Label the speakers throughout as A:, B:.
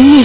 A: 易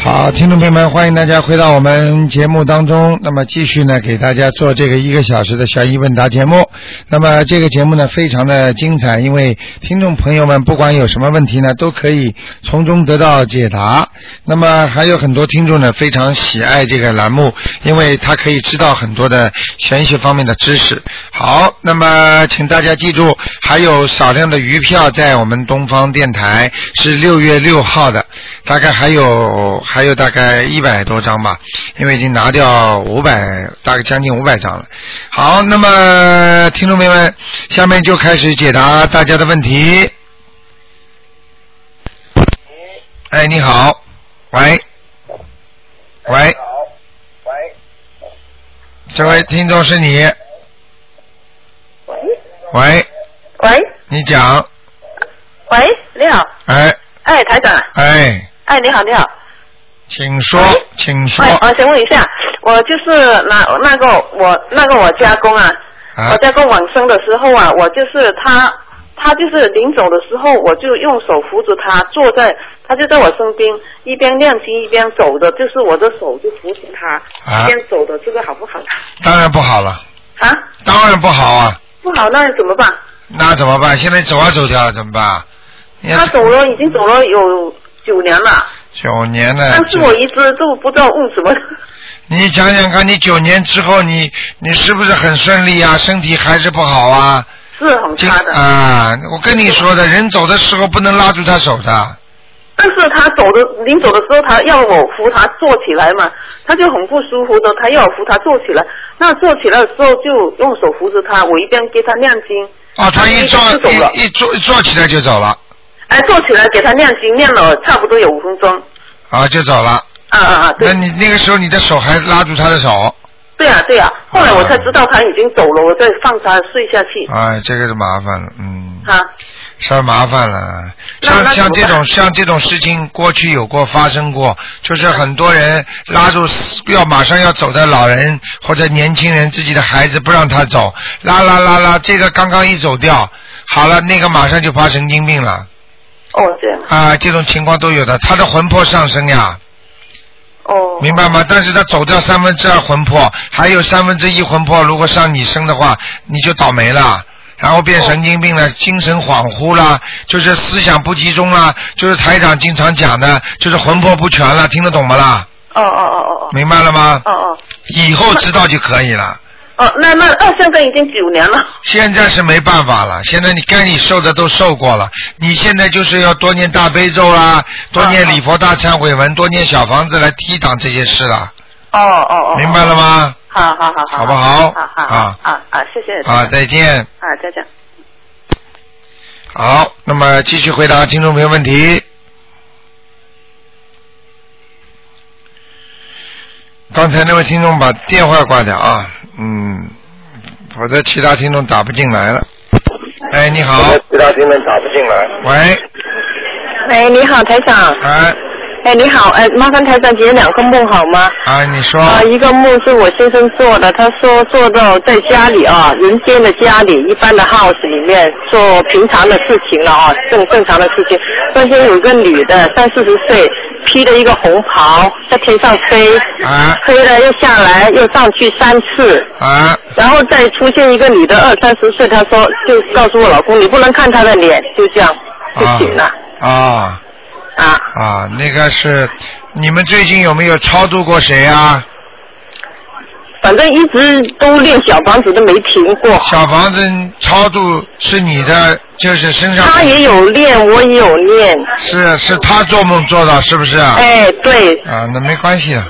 B: 好，听众朋友们，欢迎大家回到我们节目当中。那么继续呢，给大家做这个一个小时的悬疑问答节目。那么这个节目呢，非常的精彩，因为听众朋友们不管有什么问题呢，都可以从中得到解答。那么还有很多听众呢，非常喜爱这个栏目，因为他可以知道很多的玄学方面的知识。好，那么请大家记住，还有少量的余票在我们东方电台是六月六号的，大概还有还有大概一百多张吧，因为已经拿掉五百，大概将近五百张了。好，那么听众朋友们，下面就开始解答大家的问题。哎，你好，喂，喂，
C: 喂
B: 这位听众是你，
C: 喂
B: 喂，
C: 喂
B: 你讲，
C: 喂，你好，
B: 哎
C: 哎，台长，
B: 哎。
C: 哎，你好，你好，
B: 请说，请说。
C: 哎，我想问一下，我就是那那个我那个我家公啊，
B: 啊
C: 我家公往生的时候啊，我就是他他就是临走的时候，我就用手扶着他坐在，他就在我身边，一边练习一边走的，就是我的手就扶着他、
B: 啊
C: 一边走的，这个好不好？
B: 当然不好了，
C: 啊，
B: 当然不好啊，
C: 不好，那怎么办？
B: 那怎么办？现在走啊走掉了怎么办？你要
C: 他走了，已经走了有九年了，
B: 九年了，
C: 但是
B: 哎九
C: 我一直都不知道问什么。
B: 你想想看，你九年之后你你是不是很顺利啊？身体还是不好啊？
C: 是很
B: 这
C: 差的，
B: 啊，我跟你说的，人走的时候不能拉住他手的，
C: 但是他走的临走的时候，他要我扶他坐起来嘛，他就很不舒服的，他要我扶他坐起来。那坐起来的时候就用手扶着他，我一边给他念经，
B: 哦，他一坐
C: 他就走了
B: 一一坐一坐起来就走了，
C: 哎，坐起来给他念经，念了差不多有五分钟。
B: 啊，就走了。
C: 啊啊啊！对
B: 那你那个时候你的手还拉住他的手，
C: 对啊对啊！后来我才知道他已经走了，我再放他睡下去。
B: 哎，这个是麻烦了，嗯。
C: 啊，
B: 稍麻烦了。
C: 那
B: 像
C: 那
B: 像这
C: 怎么
B: 种
C: 办
B: 像这种事情，过去有过发生过，就是很多人拉住死要马上要走的老人或者年轻人自己的孩子不让他走，拉拉拉拉，这个刚刚一走掉，好了，那个马上就发神经病了
C: 哦这样，
B: 啊，这种情况都有的，他的魂魄上升呀，
C: 哦
B: 明白吗？但是他走掉三分之二魂魄，还有三分之一魂魄，如果上你身的话，你就倒霉了。然后变神经病了，精神恍惚啦，就是思想不集中啦，就是台长经常讲的，就是魂魄不全了，听得懂吗啦？
C: 哦哦哦哦
B: 明白了吗
C: 哦？哦
B: 以后知道就可以了。
C: 哦哦，那那那现在已经九年了。
B: 现在是没办法了，现在你该你受的都受过了，你现在就是要多念大悲咒啦，多念礼佛大忏悔文，多念小房子来抵挡这些事了，
C: 哦哦哦，
B: 明白了吗？
C: 好好好
B: 好不好
C: 好好
B: 啊
C: 啊啊！谢谢
B: 啊，再见。
C: 啊，再见。
B: 好，那么继续回答听众朋友问题。刚才那位听众把电话挂掉啊，嗯，否则其他听众打不进来了。哎，你好，
D: 其他听众打不进来。
B: 喂，
E: 喂，你好，台长。
B: 哎，
E: 哎，你好，哎，麻烦台长解两个梦好吗？
B: 啊，你说，
E: 啊、一个梦是我先生做的，他说做到在家里啊，人间的家里，一般的 house 里面做平常的事情了啊，正正常的事情。但是有一个女的，三四十岁，披着一个红袍在天上飞，
B: 啊
E: 飞了又下来，又上去三次，
B: 啊
E: 然后再出现一个女的二三十岁，她说就告诉我老公，你不能看她的脸，就这样就
B: 啊
E: 醒了
B: 啊
E: 啊
B: 啊，那个是，你们最近有没有超度过谁啊？
E: 反正一直都练小房子都没停过。
B: 小房子超度是你的，就是身上
E: 他也有练，我也有练。
B: 是是他做梦做到，是不是啊？
E: 哎，对，
B: 啊，那没关系的。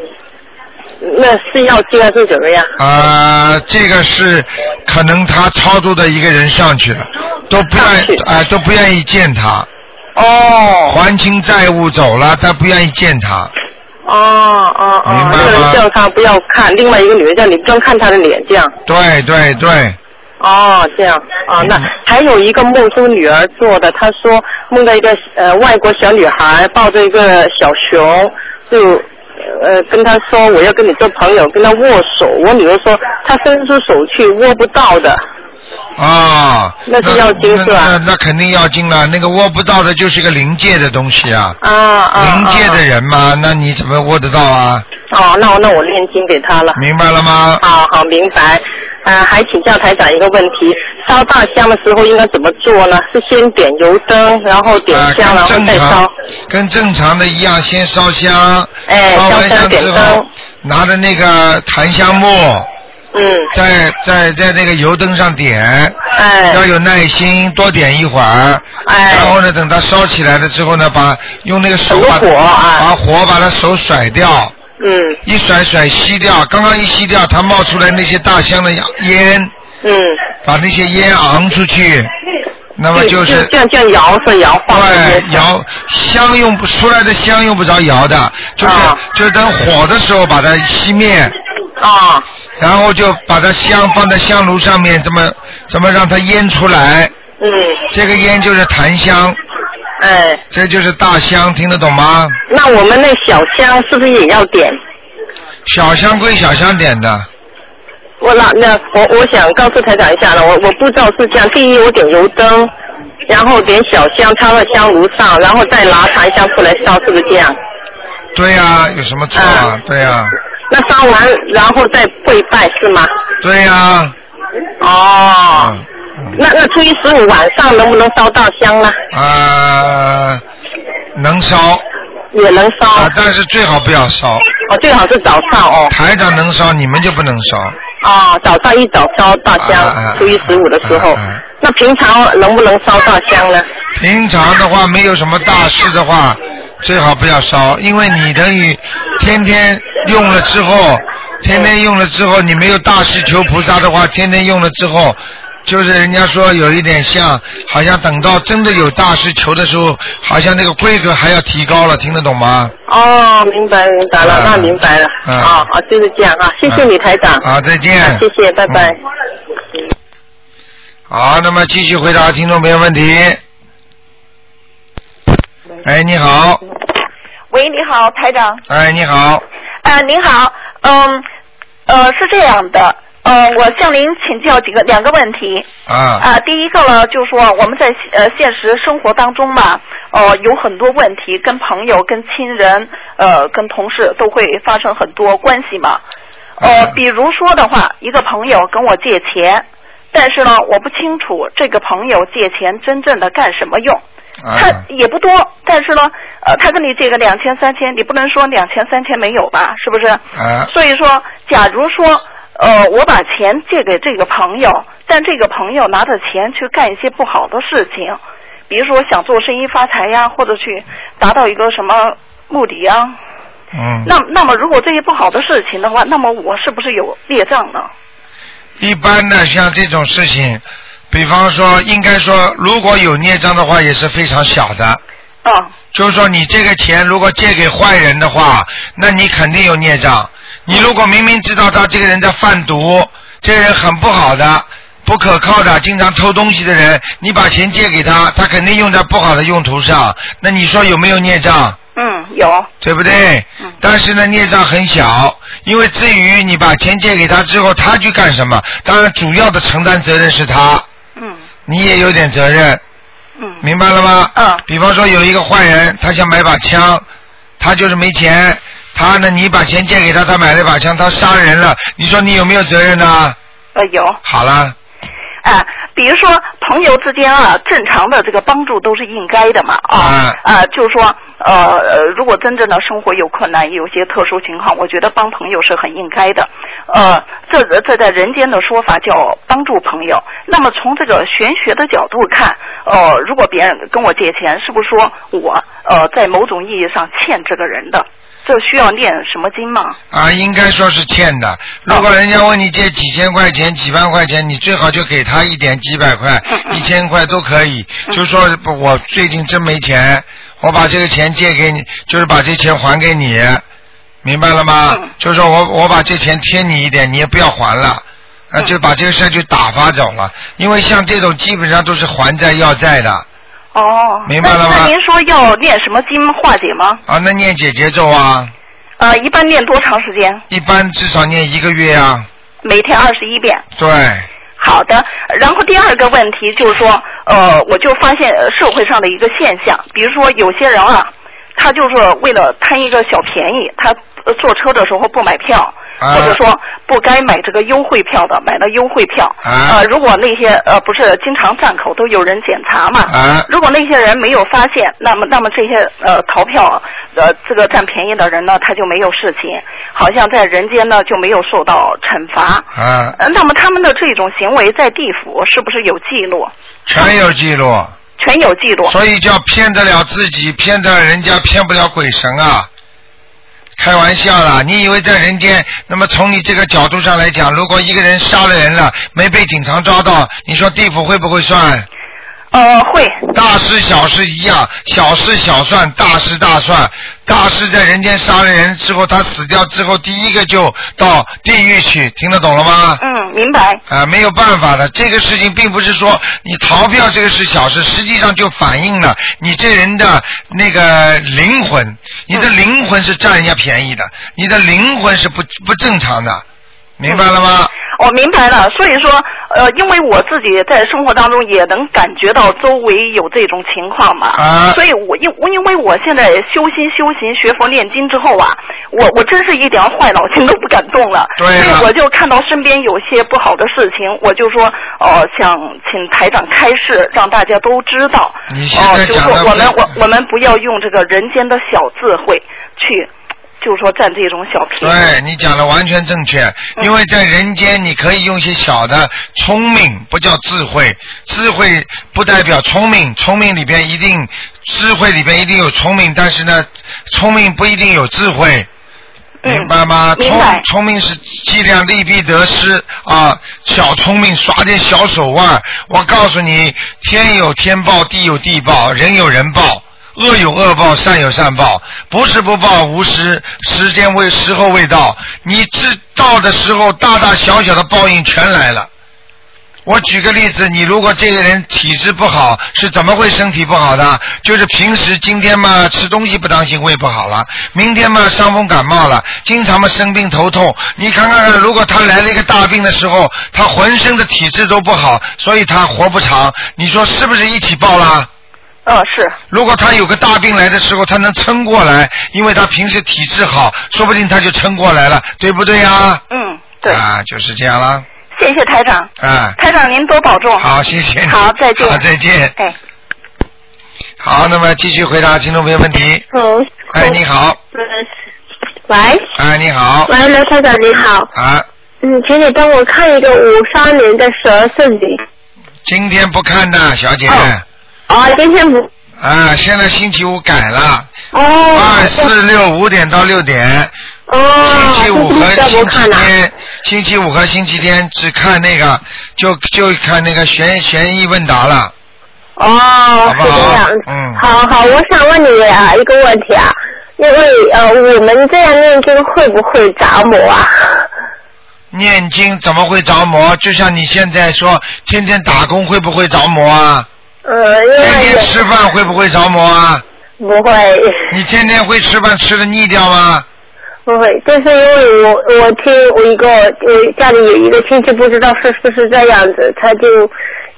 E: 那是要这样是怎么样？
B: 啊，这个是可能他超度的一个人上去了，都不愿
E: 上去
B: 啊、都不愿意见他，
E: 哦，
B: 还清债务走了，他不愿意见他。
E: 哦哦
B: 明
E: 哦，一
B: 白吗
E: 个人叫他不要看，另外一个女人叫你不要看他的脸，这样。
B: 对对对，
C: 哦，这样啊，那还有一个梦中女儿做的，她说梦到一个呃外国小女孩抱着一个小熊，就呃跟她说我要跟你做朋友，跟她握手。我女儿说她伸出手去握不到的，
B: 啊，
C: 那是要经是吧
B: 那那那肯定要经了，那个握不到的就是个临界的东西啊，
C: 啊啊
B: 临
C: 啊！
B: 界的人嘛，那你怎么握得到啊？
C: 哦，那我那我念经给她了。
B: 明白了吗？
C: 好好明白。啊，还请教台长一个问题：烧大香的时候应该怎么做呢？是先点油灯，然后点
B: 啊，
C: 香，然后
B: 跟正
C: 再烧
B: 常。，跟正常的一样，先烧香，
C: 哎
B: 烧完
C: 烧香点
B: 之后
C: 灯，
B: 拿着那个檀香木，
C: 嗯，
B: 在在在那个油灯上点，
C: 哎
B: 要有耐心，多点一会儿。
C: 哎
B: 然后呢，等它烧起来了之后呢，把用那个手把
C: 手火啊
B: 把火把它手甩掉，
C: 嗯
B: 一甩甩吸掉，刚刚一吸掉，它冒出来那些大香的烟，
C: 嗯，
B: 把那些烟昂出去，那么。
C: 就是这样这样摇是摇晃的
B: 对，摇香用不出来的香用不着摇的，就是、
C: 啊
B: 就是等火的时候把它熄灭，
C: 啊
B: 然后就把它香放在香炉上面，怎么怎么让它烟出来？
C: 嗯
B: 这个烟就是檀香，
C: 哎，
B: 这就是大香，听得懂吗？
C: 那我们那小香是不是也要点？
B: 小香归小香点的，
C: 我那那我我想告诉台长一下了，我我不知道是这样。第一，我点油灯，然后点小香插在香炉上，然后再拿檀香出来烧，是不是这样？
B: 对呀、有什么错啊
C: 啊？
B: 对呀、
C: 那烧完然后再跪拜是吗？
B: 对呀、
C: 哦，
B: 嗯嗯
C: 那那初一十五晚上能不能烧大香呢？
B: 啊，能烧
C: 也能烧，
B: 啊，但是最好不要烧。
C: 哦，最好是早上哦，
B: 台长能烧，你们就不能烧。
C: 哦，早上一早烧大香，
B: 啊啊
C: 初一十五的时候。
B: 啊啊
C: 那平常能不能烧大香呢？
B: 平常的话，没有什么大事的话，最好不要烧，因为你等于天天用了之后，天天用了之后，你没有大事求菩萨的话，天天用了之后，就是人家说有一点像，好像等到真的有大事求的时候，好像那个规格还要提高了，听得懂吗？
C: 哦，明白明白了，
B: 啊
C: 那明白了。
B: 啊
C: 哦哦，就是这样啊，谢谢你台长。
B: 好，再见。
C: 啊谢谢，拜拜。
B: 嗯好，那么继续回答听众朋友问题。
C: 嗯
B: 哎，你好，
F: 喂，你好，台长。
B: 哎，你好，
F: 啊，您好，嗯，呃，是这样的，呃，我向您请教几个两个问题。
B: 啊，
F: 啊、第一个呢，就是说我们在呃现实生活当中嘛，呃，有很多问题，跟朋友、跟亲人、呃，跟同事都会发生很多关系嘛。呃
B: 啊，
F: 比如说的话，一个朋友跟我借钱，但是呢，我不清楚这个朋友借钱真正的干什么用。他
B: 啊，
F: 也不多，但是呢，呃，他跟你借个两千三千，你不能说两千三千没有吧，是不是？
B: 啊，
F: 所以说，假如说，呃，我把钱借给这个朋友，但这个朋友拿着钱去干一些不好的事情，比如说想做生意发财呀，或者去达到一个什么目的啊，
B: 嗯。
F: 那那么如果这些不好的事情的话，那么我是不是有孽障呢？
B: 一般的像这种事情，比方说，应该说，如果有孽障的话，也是非常小的。
F: 啊，
B: 就是说，你这个钱如果借给坏人的话，那你肯定有孽障。你如果明明知道他这个人在贩毒，这个人很不好的、不可靠的，经常偷东西的人，你把钱借给他，他肯定用在不好的用途上。那你说有没有孽障？
F: 嗯，有，
B: 对不对？
F: 嗯
B: 但是呢，孽障很小，因为至于你把钱借给他之后，他去干什么？当然，主要的承担责任是他，
F: 嗯
B: 你也有点责任，
F: 嗯
B: 明白了吗？
F: 嗯
B: 比方说有一个坏人，他想买把枪，他就是没钱，他呢，你把钱借给他，他买了一把枪，他杀人了，你说你有没有责任呢？
F: 呃有。
B: 好了，
F: 啊，比如说朋友之间啊，正常的这个帮助都是应该的嘛啊啊，就是说呃呃，如果真正的生活有困难，有些特殊情况，我觉得帮朋友是很应该的。呃，这这在人间的说法叫帮助朋友。那么从这个玄学的角度看，呃，如果别人跟我借钱，是不是说我呃在某种意义上欠这个人的？这需要念什么经吗？
B: 啊，应该说是欠的。如果人家问你借几千块钱、几万块钱，你最好就给他一点几百块、一千块都可以。就说不我最近真没钱，我把这个钱借给你，就是把这钱还给你，明白了吗？
F: 嗯
B: 就说我我把这钱贴你一点，你也不要还了。啊，就把这个事儿就打发走了。因为像这种基本上都是还债要债的
F: 哦，
B: 明白了吗
F: 那那您说要念什么经化解吗？
B: 啊，那念姐姐咒啊，
F: 呃，一般念多长时间？
B: 一般至少念一个月啊，
F: 每天二十一遍。
B: 对。
F: 好的，然后第二个问题就是说，呃，我就发现呃社会上的一个现象，比如说有些人啊，他就是为了贪一个小便宜，他呃坐车的时候不买票，
B: 啊
F: 或者说不该买这个优惠票的买了优惠票。
B: 啊
F: 呃，如果那些呃不是经常站口都有人检查嘛，
B: 啊
F: 如果那些人没有发现，那么那么这些呃逃票呃这个占便宜的人呢，他就没有事情，好像在人间呢就没有受到惩罚。
B: 啊，
F: 呃，那么他们的这种行为在地府是不是有记录？
B: 全有记录，
F: 全有记录。
B: 所以叫骗得了自己，骗得了人家，骗不了鬼神啊。开玩笑啦！你以为在人间？那么从你这个角度上来讲，如果一个人杀了人了，没被警察抓到，你说地府会不会算？
F: 呃，会。
B: 大事小事一样，小事小算，大事大算。大事在人间杀了人之后，他死掉之后，第一个就到地狱去，听得懂了吗？
F: 嗯，明白。
B: 啊，没有办法的，这个事情并不是说你逃票这个是小事，实际上就反映了你这人的那个灵魂，你的灵魂是占人家便宜的，你的灵魂是不不正常的，明白了吗？
F: 我哦明白了，所以说，呃，因为我自己在生活当中也能感觉到周围有这种情况嘛，
B: 啊
F: 所以我因我因为我现在修心修行学佛念经之后啊，我我真是一点坏脑筋都不敢动了，
B: 对啊了
F: 所以我就看到身边有些不好的事情，我就说，哦、想请台长开示，让大家都知道，
B: 你现
F: 哦、
B: 在
F: 就
B: 讲
F: 是
B: 的
F: 说我们
B: 不
F: 我我们不要用这个人间的小智慧去，就是说占这种小便宜，
B: 对你讲的完全正确，
F: 嗯
B: 因为在人间你可以用一些小的聪明，不叫智慧，智慧不代表聪明，聪明里边一定智慧里边一定有聪明，但是呢，聪明不一定有智慧。
F: 嗯
B: 明白吗？
F: 明
B: 聪
F: 白
B: 聪明是计量，利弊得失啊。小聪明耍点小手腕，我告诉你，天有天报，地有地报，人有人报，恶有恶报，善有善报。不是不报，无时时间未时候未到。你知道的时候，大大小小的报应全来了。我举个例子，你如果这个人体质不好，是怎么会身体不好的？就是平时今天嘛吃东西不当心，胃不好了；明天嘛伤风感冒了，经常嘛生病头痛。你看看，如果他来了一个大病的时候，他浑身的体质都不好，所以他活不长。你说是不是一起报啦？
F: 嗯、是。
B: 如果他有个大病来的时候，他能撑过来，因为他平时体质好，说不定他就撑过来了，对不对呀？
F: 嗯，对，
B: 啊，就是这样啦，
F: 谢谢台长，
B: 啊。
F: 台长您多保重。，
B: 好，谢谢你。
F: 好再见
B: 好，再见。
F: 哎，
B: 好，那么继续回答听众朋友问题。
G: 哦，
B: 哎，你好，
G: 喂
B: 哎，你好，
G: 喂，刘台长你好，
B: 啊，
G: 嗯，请你帮我看一个五三年的蛇圣女。
B: 今天不看的，小姐，
G: 哦哦，今天不
B: 啊，现在星期五改了，
G: 哦，
B: 二四六五点到六点，
G: 哦，
B: 啊星期五和
G: 这不
B: 星期
G: 看了、
B: 天，星期五和星期天只看那个，就就看那个悬悬疑问答了，
G: 哦
B: 好，不
G: 是这
B: 好
G: 样。？
B: 嗯，
G: 好好，我想问你啊一个问题啊，因为呃，我们这样念经会不会着魔啊？
B: 念经怎么会着魔？就像你现在说，天天打工会不会着魔啊？
G: 呃，因
B: 天
G: 为
B: 天吃饭会不会着魔啊？
G: 不会，
B: 你天天会吃饭吃的腻掉吗？
G: 不会，就是因为我我听我一个我家里有一个亲戚，不知道是不是这样子，他就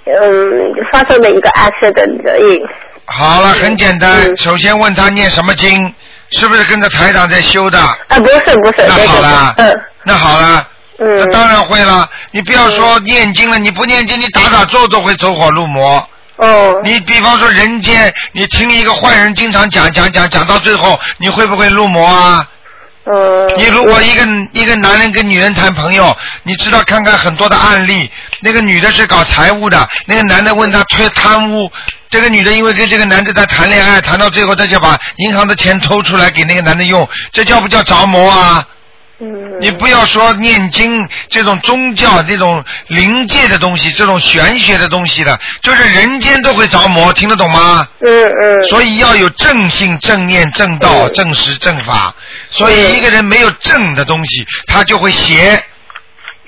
G: 嗯发生了一个 accident 的意
B: 好了，很简单，
G: 嗯
B: 首先问他念什么经，是不是跟着台长在修的？
G: 啊，不是不是，
B: 那
G: 对
B: 好啦
G: 对
B: 那好了，
G: 对
B: 那
G: 嗯
B: 当然会了。你不要说念经了，你不念经，你打打坐都会走火入魔。
G: 嗯哦
B: 你比方说人间，你听一个坏人经常讲讲讲讲到最后，你会不会入魔啊？
G: 嗯，
B: 你如果一个一个男人跟女人谈朋友，你知道看看很多的案例，那个女的是搞财务的，那个男的问他推贪污，这个女的因为跟这个男的在谈恋爱，谈到最后，她就把银行的钱偷出来给那个男的用，这叫不叫着魔啊？
G: 嗯
B: 你不要说念经这种宗教、这种灵界的东西、这种玄学的东西的，就是人间都会着魔，听得懂吗？
G: 嗯嗯
B: 所以要有正信、正念、正道、正实、正法。所以一个人没有正的东西，他就会邪。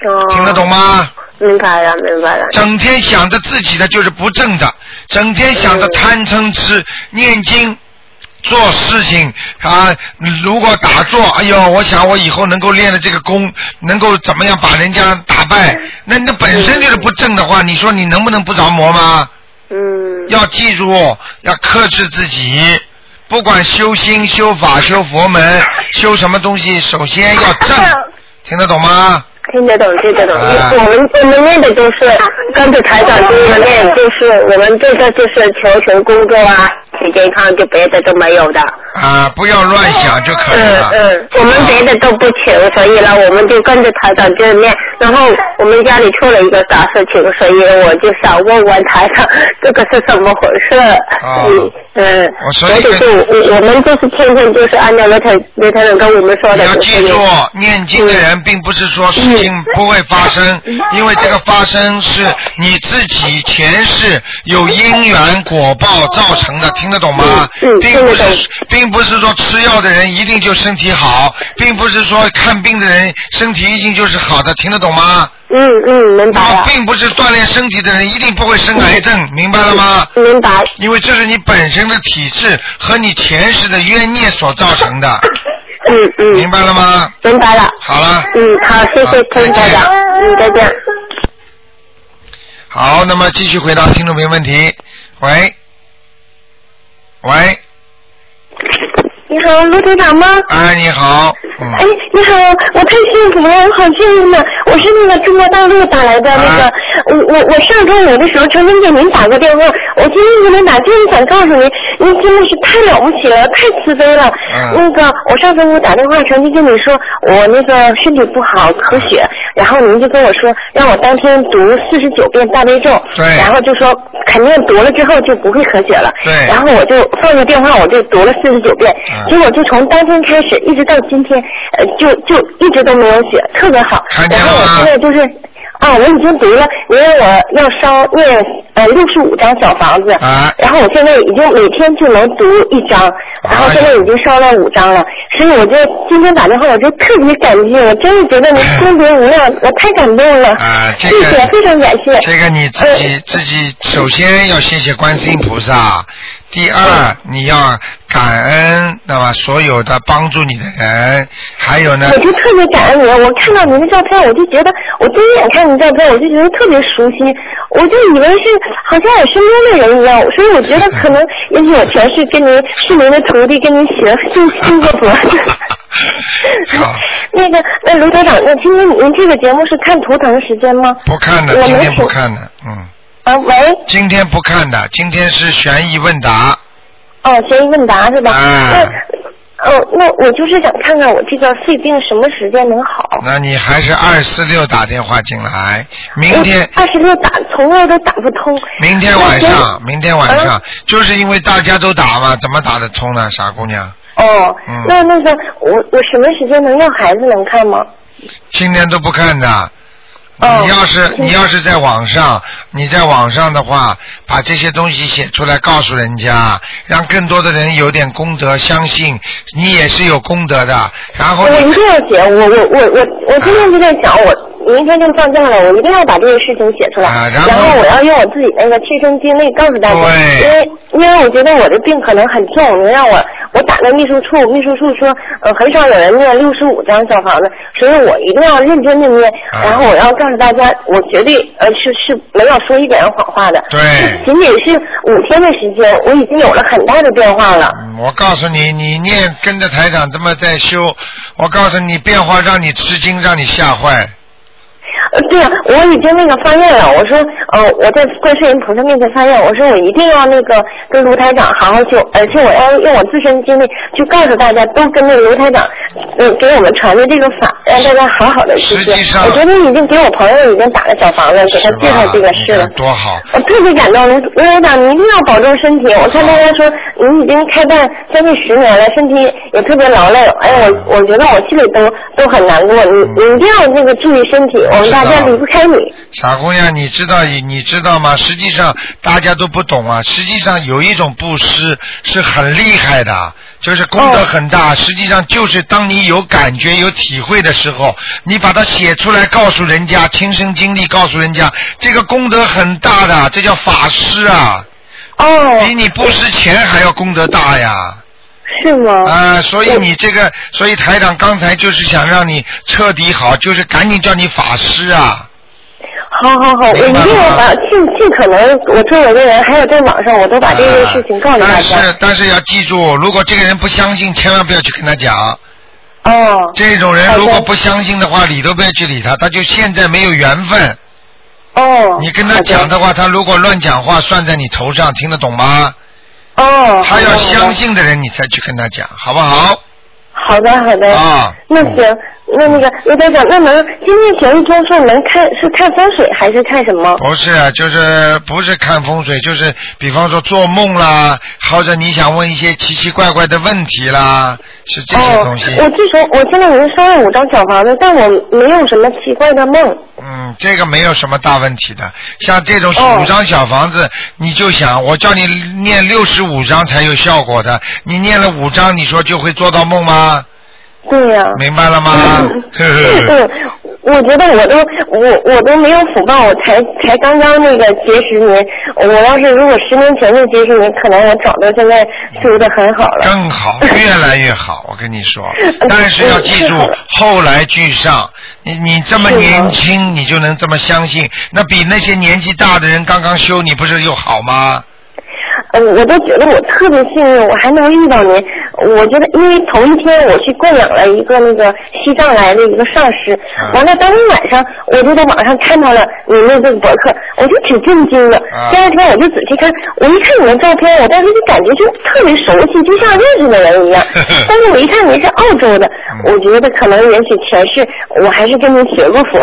G: 哦
C: 嗯
B: 听得懂吗？
G: 明白了，明白了。
B: 整天想着自己的就是不正的，整天想着贪嗔痴、念经、做事情啊。如果打坐，哎呦，我想我以后能够练了这个功，能够怎么样把人家打败？那那本身就是不正的话，你说你能不能不着魔吗？
G: 嗯
B: 要记住，要克制自己。不管修心、修法、修佛门、修什么东西，首先要正，听得懂吗？
G: 听得懂，听得懂。
B: 啊
G: 我们我们念的就是跟着台长经文念，就是我们这个就是求求工作啊，挺健康，就别的都没有的。
B: 啊，不要乱想就可以
G: 嗯
B: 了。
C: 呃
G: 嗯，我们别的都不求，所以呢，我们就跟着台长经文念。然后我们家里出了一个大事情，所以我就想问问台长，这个是怎么回事？
B: 啊
G: 嗯嗯，
B: 我所
G: 所
B: 以
G: 以就我我们就是天天就是按照刘台刘台长跟我们说
B: 你
G: 的，嗯
B: 要
G: 就
B: 记
G: 是
B: 住，念经的人并不是说事情
G: 嗯
B: 不会发生，因为这个发生是你自己前世有因缘果报造成的，听得懂吗
G: 嗯嗯？
B: 并不
G: 听得
B: 是，并不是说吃药的人一定就身体好，并不是说看病的人身体一定就是好的，听得懂吗？
G: 嗯嗯，明白
B: 然后
G: 了，嗯
B: 并不是锻炼身体的人一定不会生癌症，明白了吗？
G: 明白。
B: 因为这是你本身的体质和你前世的冤孽所造成的，
G: 嗯嗯，
B: 明白了吗？
G: 明白了。
B: 好了。
G: 嗯，好，谢谢
B: 啊好再
G: 陈
B: 见
G: 台长，嗯，再见。
B: 好，那么继续回答听众朋友问题。喂，喂，
C: 你好，卢队长吗？
B: 哎，你好，嗯
C: 哎，，你好，我太幸福了，我好幸运呢！我是那个中国大陆打来的那个，
B: 啊
C: 我我我上周五的时候曾经给您打过电话，我今天给您打就是想告诉您，您真的是太了不起了，太慈悲了。
B: 嗯
C: 那个我上周五打电话曾经跟你说我那个身体不好咳
B: 啊
C: 血，然后您就跟我说让我当天读四十九遍大悲咒，
B: 对
C: 然后就说肯定读了之后就不会咳血了。
B: 对
C: 然后我就放下电话，我就读了四十九遍，
B: 嗯
C: 结果就从当天开始一直到今天，呃，就就一直都没有血，特别好。
B: 看见
C: 然
B: 了
C: 后我
B: 吗
C: 现在就是，啊，我已经读了，因为我要烧念呃六十五张小房子，
B: 啊
C: 然后我现在已经每天就能读一张，然后现在已经烧到五张了，所以我就今天打电话，我就特别感激，我真的觉 得您功德无量，我太感动了，
B: 啊，这
C: 谢谢，
B: 个，
C: 非常感谢。呃
B: 这个你自
C: 哎
B: 己自己首先要谢谢观世音菩萨，第
C: 哎
B: 二你要感恩，那么所有的帮助你的人，还有呢
C: 我，就特别感恩您，我看到您的照片，我就觉得我第一眼看您照片，我就觉得特别熟悉，我就以为是好像我身边的人一样，所以我觉得可能也许我前世跟您是您的徒弟，跟您学修修过佛。
B: 好，
C: 那个，那卢台长，那今天您这个节目是看图腾时间吗？
B: 不看的，
C: 我
B: 今
C: 没
B: 天不
C: 事
B: 看的，嗯，
C: 啊，喂，
B: 今天不看的，今天是悬疑问答，
C: 哦，悬疑问答是吧？
B: 啊
C: 那，哦，那我就是想看看我这个肺病什么时间能好。
B: 那你还是二四六打电话进来，明天
C: 二十六打从来都打不通。
B: 明天晚上，明天晚上、
C: 嗯
B: 就是因为大家都打嘛，怎么打得通呢？傻姑娘，
C: 哦，
B: 嗯
C: 那那个我我什么时间能让孩子能看吗？
B: 今天都不看的。
C: 哦
B: 你要是
C: 嗯
B: 你要是在网上，你在网上的话，把这些东西写出来告诉人家，让更多的人有点功德，相信你也是有功德的。然后
C: 我一
B: 你
C: 定要写，我我我我我今天就在想，我明天就放假了，我一定要把这个事情写出来，
B: 啊然
C: 然
B: 后
C: 我要用我自己那个亲身经历告诉大家，
B: 对
C: 因为因为我觉得我的病可能很重，能让我我打那秘书处，秘书处说呃很少有人念六十五张小房子，所以我一定要认真的念，
B: 啊
C: 然后我要告诉大家，我绝对呃是是没有说一点谎话的，
B: 对
C: 仅仅是五天的时间，我已经有了很大的变化了。
B: 嗯我告诉你，你念跟着台长这么在修，我告诉你变化让你吃惊，让你吓坏。
C: 呃，对呀、我已经那个发愿了，我说，呃，我在观世音菩萨面前发愿，我说我一定要那个跟卢台长好好修，而且我要用我自身经历去告诉大家，都跟那卢台长，嗯，给我们传的这个法，让大家好好的去
B: 实
C: 修
B: 际上。
C: 我觉得已经给我朋友已经打了小房子，给他
B: 是吧
C: 介绍这个事了
B: 你看。多好。
C: 我特别感动，卢台长，你一定要保重身体。我看大家说您已经开办将近十年了，身体也特别劳累。哎，我我觉得我心里都都很难过。你你一定要那个注意身体，我们
B: 知道
C: 大家离不开你。
B: 傻姑娘，你知道你知道吗？实际上大家都不懂啊。实际上有一种布施是很厉害的，就是功德很大。实际上就是当你有感觉、有体会的时候，你把它写出来，告诉人家，亲身经历告诉人家，这个功德很大的，这叫法师啊。
C: 哦。
B: 比你布施钱还要功德大呀。
C: 是吗？
B: 啊、所以你这个，所以台长刚才就是想让你彻底好，就是赶紧叫你法师啊。
C: 好好好，我一定要把尽尽可能，我周围的人还有在网上，我都把这件事情告诉大
B: 哎但
C: 家。
B: 是但是要记住，如果这个人不相信，千万不要去跟他讲。
C: 哦。
B: 这种人
C: 好的
B: 如果不相信的话，理都不要去理他，他就现在没有缘分。
C: 哦。
B: 你跟他讲的话，他如果乱讲话，算在你头上，听得懂吗？
C: 哦。
B: 他要
C: 好的好的
B: 相信的人，你再去跟他讲，好不好？
C: 好的，好的。
B: 啊。
C: 那行，那那个刘台长，那能今天节目中说能看是看风水还是看什么？
B: 不是，就是不是看风水，就是比方说做梦啦，或者你想问一些奇奇怪怪的问题啦，是这些东西。
C: 哦我自从我现在已经烧了五张小房子，但我没有什么奇怪的梦。
B: 嗯，这个没有什么大问题的。像这种
C: 哦
B: 五张小房子，你就想我叫你念六十五张才有效果的，你念了五张，你说就会做到梦吗？
C: 对呀、
B: 明白了吗？呵呵
C: 嗯，我觉得我都我我都没有福报，我才才刚刚那个结识您。我要是如果十年前就结识您，可能我早就现在修的很好了。
B: 更好，越来越好，我跟你说。但是要记住
C: 嗯嗯，
B: 后来居上。你你这么
C: 是吗
B: 年轻，你就能这么相信，那比那些年纪大的人刚刚修，你不是又好吗？
C: 嗯，我都觉得我特别幸运，我还能遇到您。我觉得，因为头一天我去供养了一个那个西藏来的一个上师，
B: 啊
C: 完了当天晚上我就在网上看到了你们这个博客，我就挺震惊的。
B: 啊
C: 第二天我就仔细看，我一看你的照片，我当时就感觉就特别熟悉，就像认识的人一 样。但是我一看您是澳洲的，
B: 嗯
C: 我觉得可能也许前世我还是跟您学过 佛。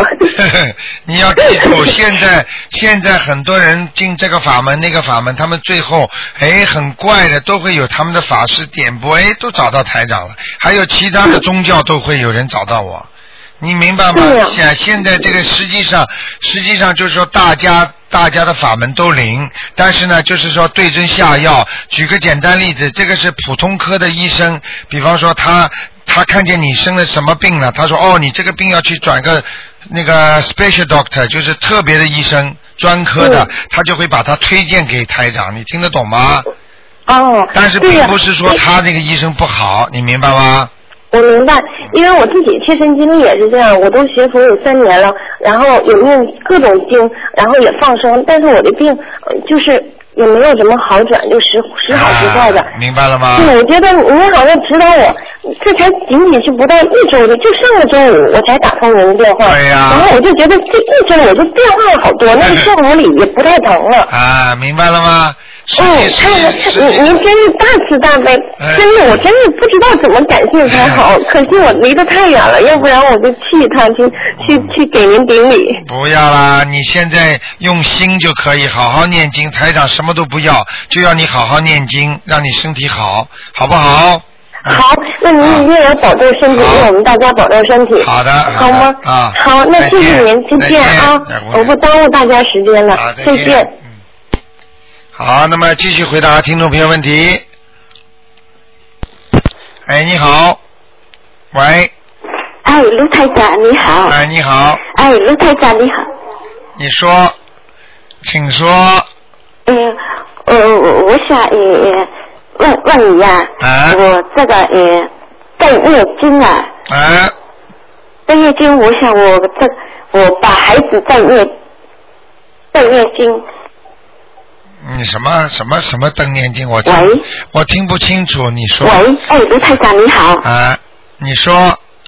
B: 你要记住，现在现在很多人进这个法门那个法门，他们最后哎很怪的，都会有他们的法师点拨，哎都找到台长了，还有其他的宗教都会有人找到我，你明白吗
C: 对？呀
B: 现、哎现在这个实际上实际上就是说大家。大家的法门都灵，但是呢，就是说对症下药。举个简单例子，这个是普通科的医生，比方说他他看见你生了什么病了，他说哦，你这个病要去转个那个 special doctor，就是特别的医生，专科的，
C: 嗯
B: 他就会把他推荐给台长，你听得懂吗？
C: 哦，
B: 但是
C: 对
B: 并
C: 呀
B: 不是说他这个医生不好，你明白吗？
C: 我明白，因为我自己切身经历也是这样，我都学佛有三年了，然后也念各种经，然后也放生，但是我的病呃就是也没有什么好转，就时时好时坏的。
B: 啊明白了吗？
C: 对，我觉得您好像指导我，这才仅仅是不到一周的，就上个周五我才打通您的电话，
B: 对呀
C: 然后我就觉得这一周我就变化了好多，那个项目里也不太疼了。
B: 啊，明白了吗？实
C: 嗯，
B: 际
C: 看了嗯
B: 实际实际
C: 您您真是大慈大悲，
B: 哎
C: 真的我真是不知道怎么感谢才好，可惜我离得太远了，要不然我就去一趟去
B: 哦
C: 去去给您顶礼。
B: 不要啦！你现在用心就可以，好好念经。台长什么都不要，就要你好好念经，让你身体好，好嗯不好？
C: 好，那您一定要保重身体，为我们大家保重身体。
B: 啊好的好
C: 好
B: 的
C: 吗？
B: 啊
C: 好，那谢谢您，
B: 再见
C: 再见啊
B: 再见！
C: 我不耽误大家时间了
B: 好，，再
C: 再见。
B: 嗯。好，那么继续回答听众朋友问题。哎，你好，喂，
H: 哎，卢台长你
C: 啊
H: 好，
B: 哎，你好，
H: 哎，卢台长你好，
B: 你说，请说，
H: 呃，我我我想呃呃问问你呀、
B: 啊
C: 嗯
H: 我这个呃在月经啊，
B: 哎，
H: 在月经，我想我这我把孩子在月在月经，
B: 你嗯什么什么什么灯念经，我听
H: 喂
B: 我听不清楚，你说，
H: 喂，哎，卢台长你好，
B: 啊，你说，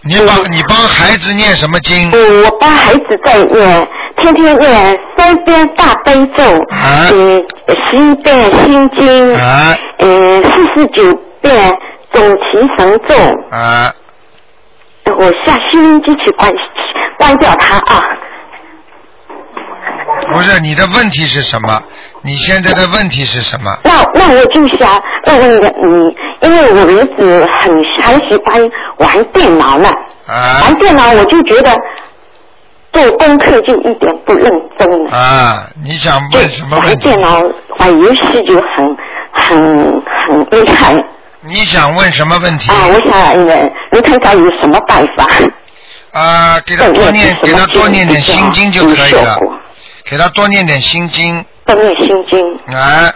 B: 你帮你帮孩子念什么经？
H: 呃，我帮孩子在念，天天念三遍大悲咒，
B: 啊
H: 呃，十一遍心经，
B: 啊
H: 呃，四十九遍总提神咒。
B: 啊，
H: 我下收音机去关关掉它啊。
B: 不是，你的问题是什么？你现在的问题是什么？
H: 那那我就想问问你，因为我儿子很很喜欢玩电脑了，
B: 啊
H: 玩电脑我就觉得做功课就一点不认真了。
B: 啊，你想
H: 对
B: 问什么
H: 玩
B: 问题？
H: 电脑、玩游戏就很很很厉害
B: 你想问什么问题？
H: 啊！我想问卢台长有什么办法？
B: 啊，给他多念，给他多念点心经就可以
H: 啊
B: 了，给他多念点心经。
H: 多念心经。
B: 啊，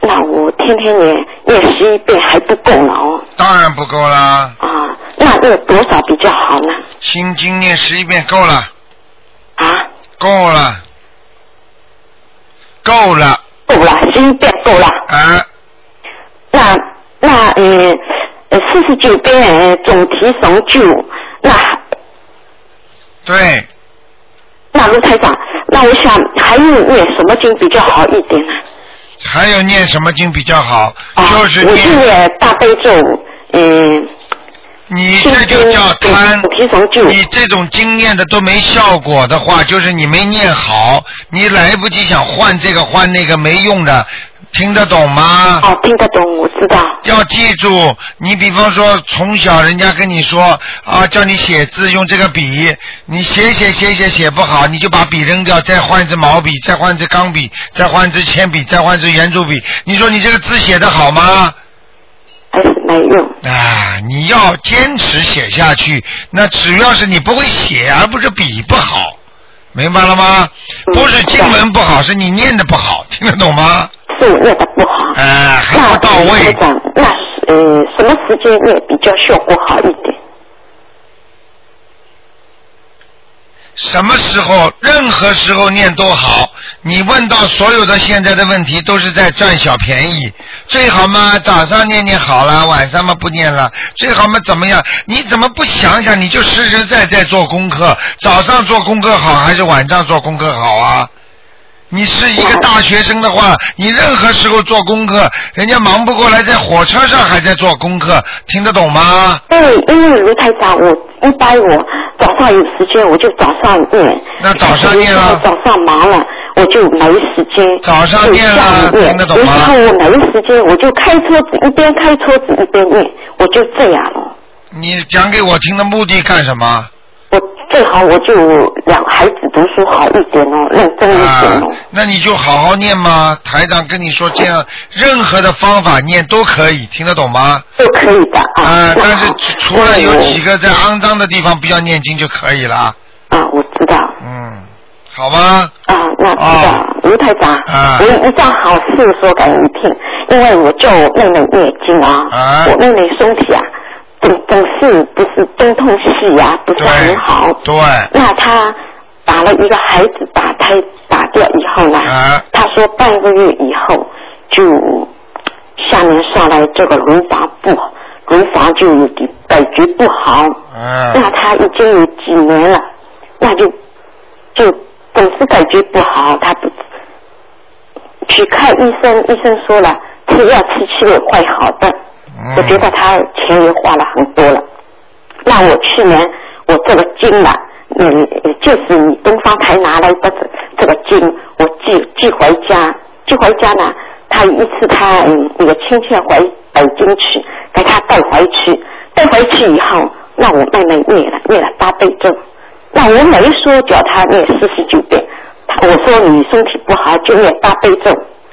H: 那我天天念念十一遍还不够了哦。
B: 当然不够啦，
H: 那念多少比较好呢？
B: 心经念十一遍够了。
H: 啊？
B: 够了，够了。
H: 够了，十一遍够了。
B: 啊。
H: 那那呃呃四十九遍呃总提神咒，那
B: 对，
H: 那卢台长，那我想还有念什么经比较好一点呢？
B: 还有念什么经比较好？就是
H: 啊我是
B: 念。
H: 念大悲咒，嗯。
B: 你这就叫贪。你这种经验的都没效果的话，就是你没念好，你来不及想换这个换那个没用的，听得懂吗？
H: 哦，听得懂，我知道。
B: 要记住，你比方说从小人家跟你说啊，叫你写字用这个笔，你写写写写写不好，你就把笔扔掉，再换一支毛笔，再换一支钢笔，再换一支铅笔，再换一支圆珠笔，你说你这个字写的好吗？
H: 还是没用。
B: 啊，你要坚持写下去，那只要是你不会写，而不是笔不好，明白了吗？不是经文不好，是你念的不好，听得懂吗？
H: 是我念的不好。
B: 哎、还不到位。
H: 那呃什么时间念比较效果好一点？
B: 什么时候、任何时候念都好。你问到所有的现在的问题，都是在占小便宜。最好嘛，早上念念好了，晚上嘛不念了。最好嘛，怎么样？你怎么不想想？你就实实在在做功课，早上做功课好还是晚上做功课好啊？你是一个大学生的话，你任何时候做功课，人家忙不过来，在火车上还在做功课，听得懂吗？
H: 对，因为卢台长，我一般我早上有时间我就早上念。
B: 那早上念了。
H: 早上忙了，我就没时间。
B: 早上念了
H: 下午念
B: 听得懂吗
H: 有时候我没时间，我就开车子一边开车子一边念，我就这样了。
B: 你讲给我听的目的干什么？
H: 最好我就让孩子读书好一点哦，认真一点
B: 啊
H: 哦。
B: 那你就好好念嘛。台长跟你说，这样任何的方法念都可以，听得懂吗？
H: 都可以的啊。
B: 但是除除了有几个在肮脏的地方不要念经就可以了。
H: 啊，我知道。
B: 嗯，好吧。
H: 啊，那知道，卢台长，
B: 啊
H: 我有一件好事说给你听，因为我叫我妹妹念经啊，
B: 啊
H: 我妹妹身体啊，总总是不是东痛西呀、啊不是很好，
B: 对，
H: 那她打了一个孩子打胎打掉以后呢，
B: 啊
H: 她说半个月以后就下面下来这个乳房不乳房就有点感觉不好，那
B: 嗯，
H: 他已经有几年了，那就就总是感觉不好，他不去看医生，医生说了吃药吃七个会好的。
B: 嗯
H: 我觉得他钱也花了很多了。那我去年我这个经啊，嗯，就是你东方台拿来的这这个经，我寄寄回家，寄回家呢，他一次他嗯那个亲戚回北京去，给他带回去，带回去以后，那我妹妹念了念了八倍咒，那我没说叫他念四十九遍，他我说你身体不好就念大悲咒，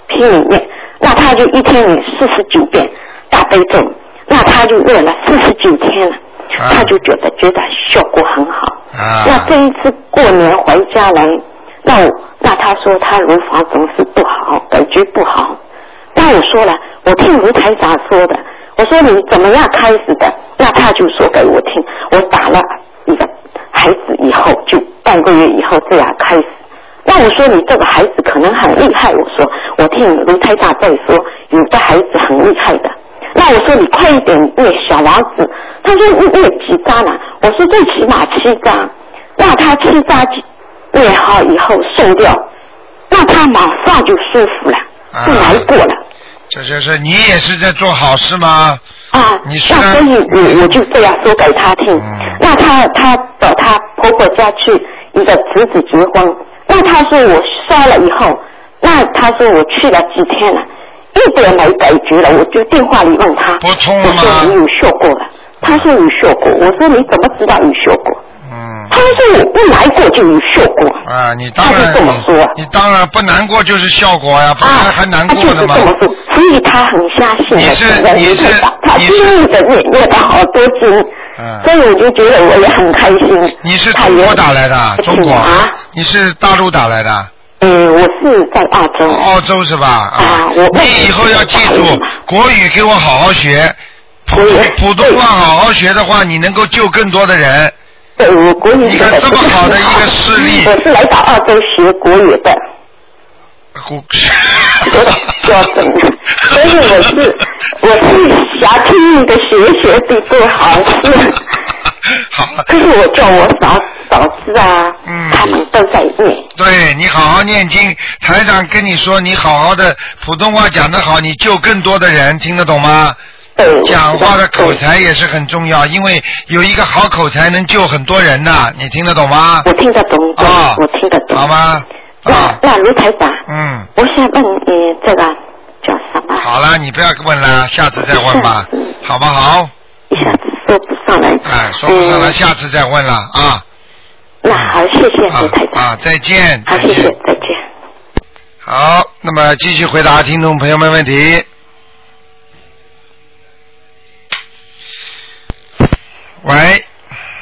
H: 拼命念，那他就一天念四十九遍大悲咒，那他就念了四十九天了，他就觉得觉得效果很好。
B: 啊
H: 那这一次过年回家来，那我那他说他乳房总是不好，感觉不好。那我说了，我听卢台长说的，我说你怎么样开始的？那他就说给我听，我打了一个孩子以后，就半个月以后这样开始。那我说你这个孩子可能很厉害，我说我听卢台长在说，有的孩子很厉害的。那我说你快一点念小王子，他说你念几张了、我说最起码七张。那他七张念好以后送掉，那他马上就舒服了，不难过了。
B: 这就是你也是在做好事吗？
H: 啊，
B: 你嗯虽
H: 那
B: 然
H: 所以我我就这样说给他听。那他他到他婆婆家去一个侄子结婚，那他说我烧了以后，那他说我去了几天了，一点没感觉了，我就电话里问他，我说你有效果了，他说有效果，我说你怎么知道有效果？嗯，他说我不难过就有效果，
B: 啊，你当然
H: 他就这么说
B: 你当然不难过就是效果呀，本来还难
H: 啊他就是
B: 过呢
H: 这
B: 嘛。
H: 么说，所以他很相信
B: 你
H: 我
B: 是
H: 现在
B: 你是
H: 台长他
B: 你
H: 经
B: 是
H: 历的孽孽障好多经，
B: 嗯
H: 所以我就觉得我也很开心。
B: 你是
H: 他
B: 中
H: 也
B: 国
H: 很
B: 打来的啊，
H: 开
B: 中
H: 心
B: 国
H: 啊？，
B: 你是大陆打来的，
H: 嗯，我是在澳洲。哦
B: 澳洲是吧？啊，
H: 我
B: 你以后要记住，国语给我好好学，普普通话好好学的话，你能够救更多的人。
H: 对，我国语
B: 你看这么好的 一个事例，
H: 我是来到澳洲学国语 的。
B: 国
H: 标准，所以 我是我是霞拼的学学比最好是。
B: 好。
H: 可是我叫我嫂嫂子啊，
B: 嗯
H: 他们都在念。
B: 对你好好念经，台长跟你说，你好好的普通话讲得好，你救更多的人，听得懂吗？讲话的口才也是很重要，因为有一个好口才能救很多人呐，你听得懂吗？
H: 我听得懂，
B: 啊，
H: 我听得懂。
B: 好吗？啊
H: 那那卢台长，
B: 嗯，
H: 我想问你这个叫什么？
B: 好了，你不要问了，下次再问吧，
H: 嗯
B: 好不好？哎，说不上来，下次再问了啊。
H: 嗯那好，谢谢卢台长。
B: 啊，再见，
H: 好，
B: 再
H: 谢谢，
B: 见。
H: 再见。
B: 好，那么继续回答听众朋友们问题。喂，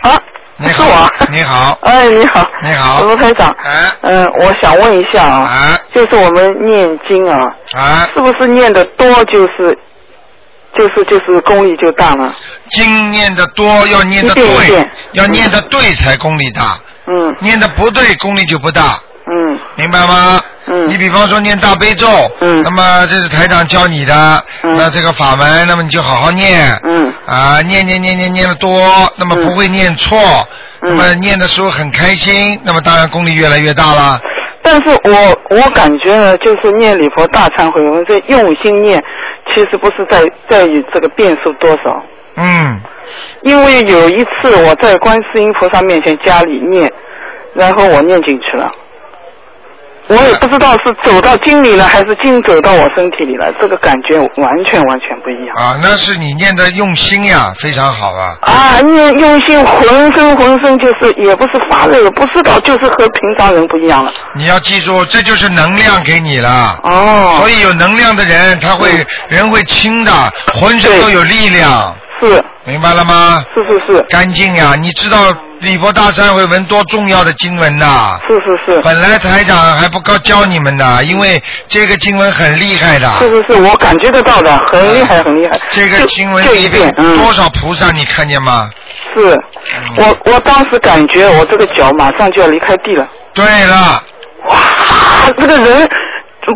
C: 啊，
B: 你
C: 是
B: 好，
C: 我。
B: 你好，
C: 哎，你好，
B: 你好，
C: 卢台长。
B: 哎，
C: 嗯，我想问一下
B: 啊，
C: 就是我们念经啊，
B: 啊，
C: 是不是念的多就是就是就是功力就大了？
B: 经念的多要念的
C: 一遍一
B: 对
C: 遍，
B: 要念的对才功力大。
C: 嗯。
B: 念的不对，功力就不大。
C: 嗯。
B: 明白吗？嗯。你比方说念大悲咒，嗯，那么这是台长教你的，那这个法门，那么你就好好念，
C: 嗯，
B: 啊，念念念念念的多，那么不会念错，
C: 嗯
B: 那么念的时候很开心，那么当然功力越来越大了。
C: 但是我我感觉呢，就是念礼佛大忏悔文，这用心念，其实不是在在于这个变数多少。
B: 嗯，
C: 因为有一次我在观世音菩萨面前家里念，然后我念进去了，我也不知道是走到经里了还是经走到我身体里了，这个感觉完全完全不一样
B: 啊，那是你念的用心呀，非常好啊。
C: 啊！念用心浑身浑身就是也不是发热，不知道就是和平常人不一样了。
B: 你要记住，这就是能量给你了。
C: 哦。
B: 所以有能量的人，他会、
C: 嗯
B: 人会轻的，浑身都有力量。
C: 是。
B: 明白了吗？
C: 是是是。
B: 干净呀、你知道礼佛大忏悔文多重要的经文呐、
C: 是是是。
B: 本来台长还不够教你们呢，因为这个经文很厉害的。
C: 是是是，我感觉得到的，很厉害，很厉害。
B: 这个经文
C: 就
B: 里
C: 一
B: 面
C: 遍，嗯，
B: 多少菩萨你看见吗？
C: 是，我我当时感觉我这个脚马上就要离开地了，
B: 对了，
C: 啊，这个人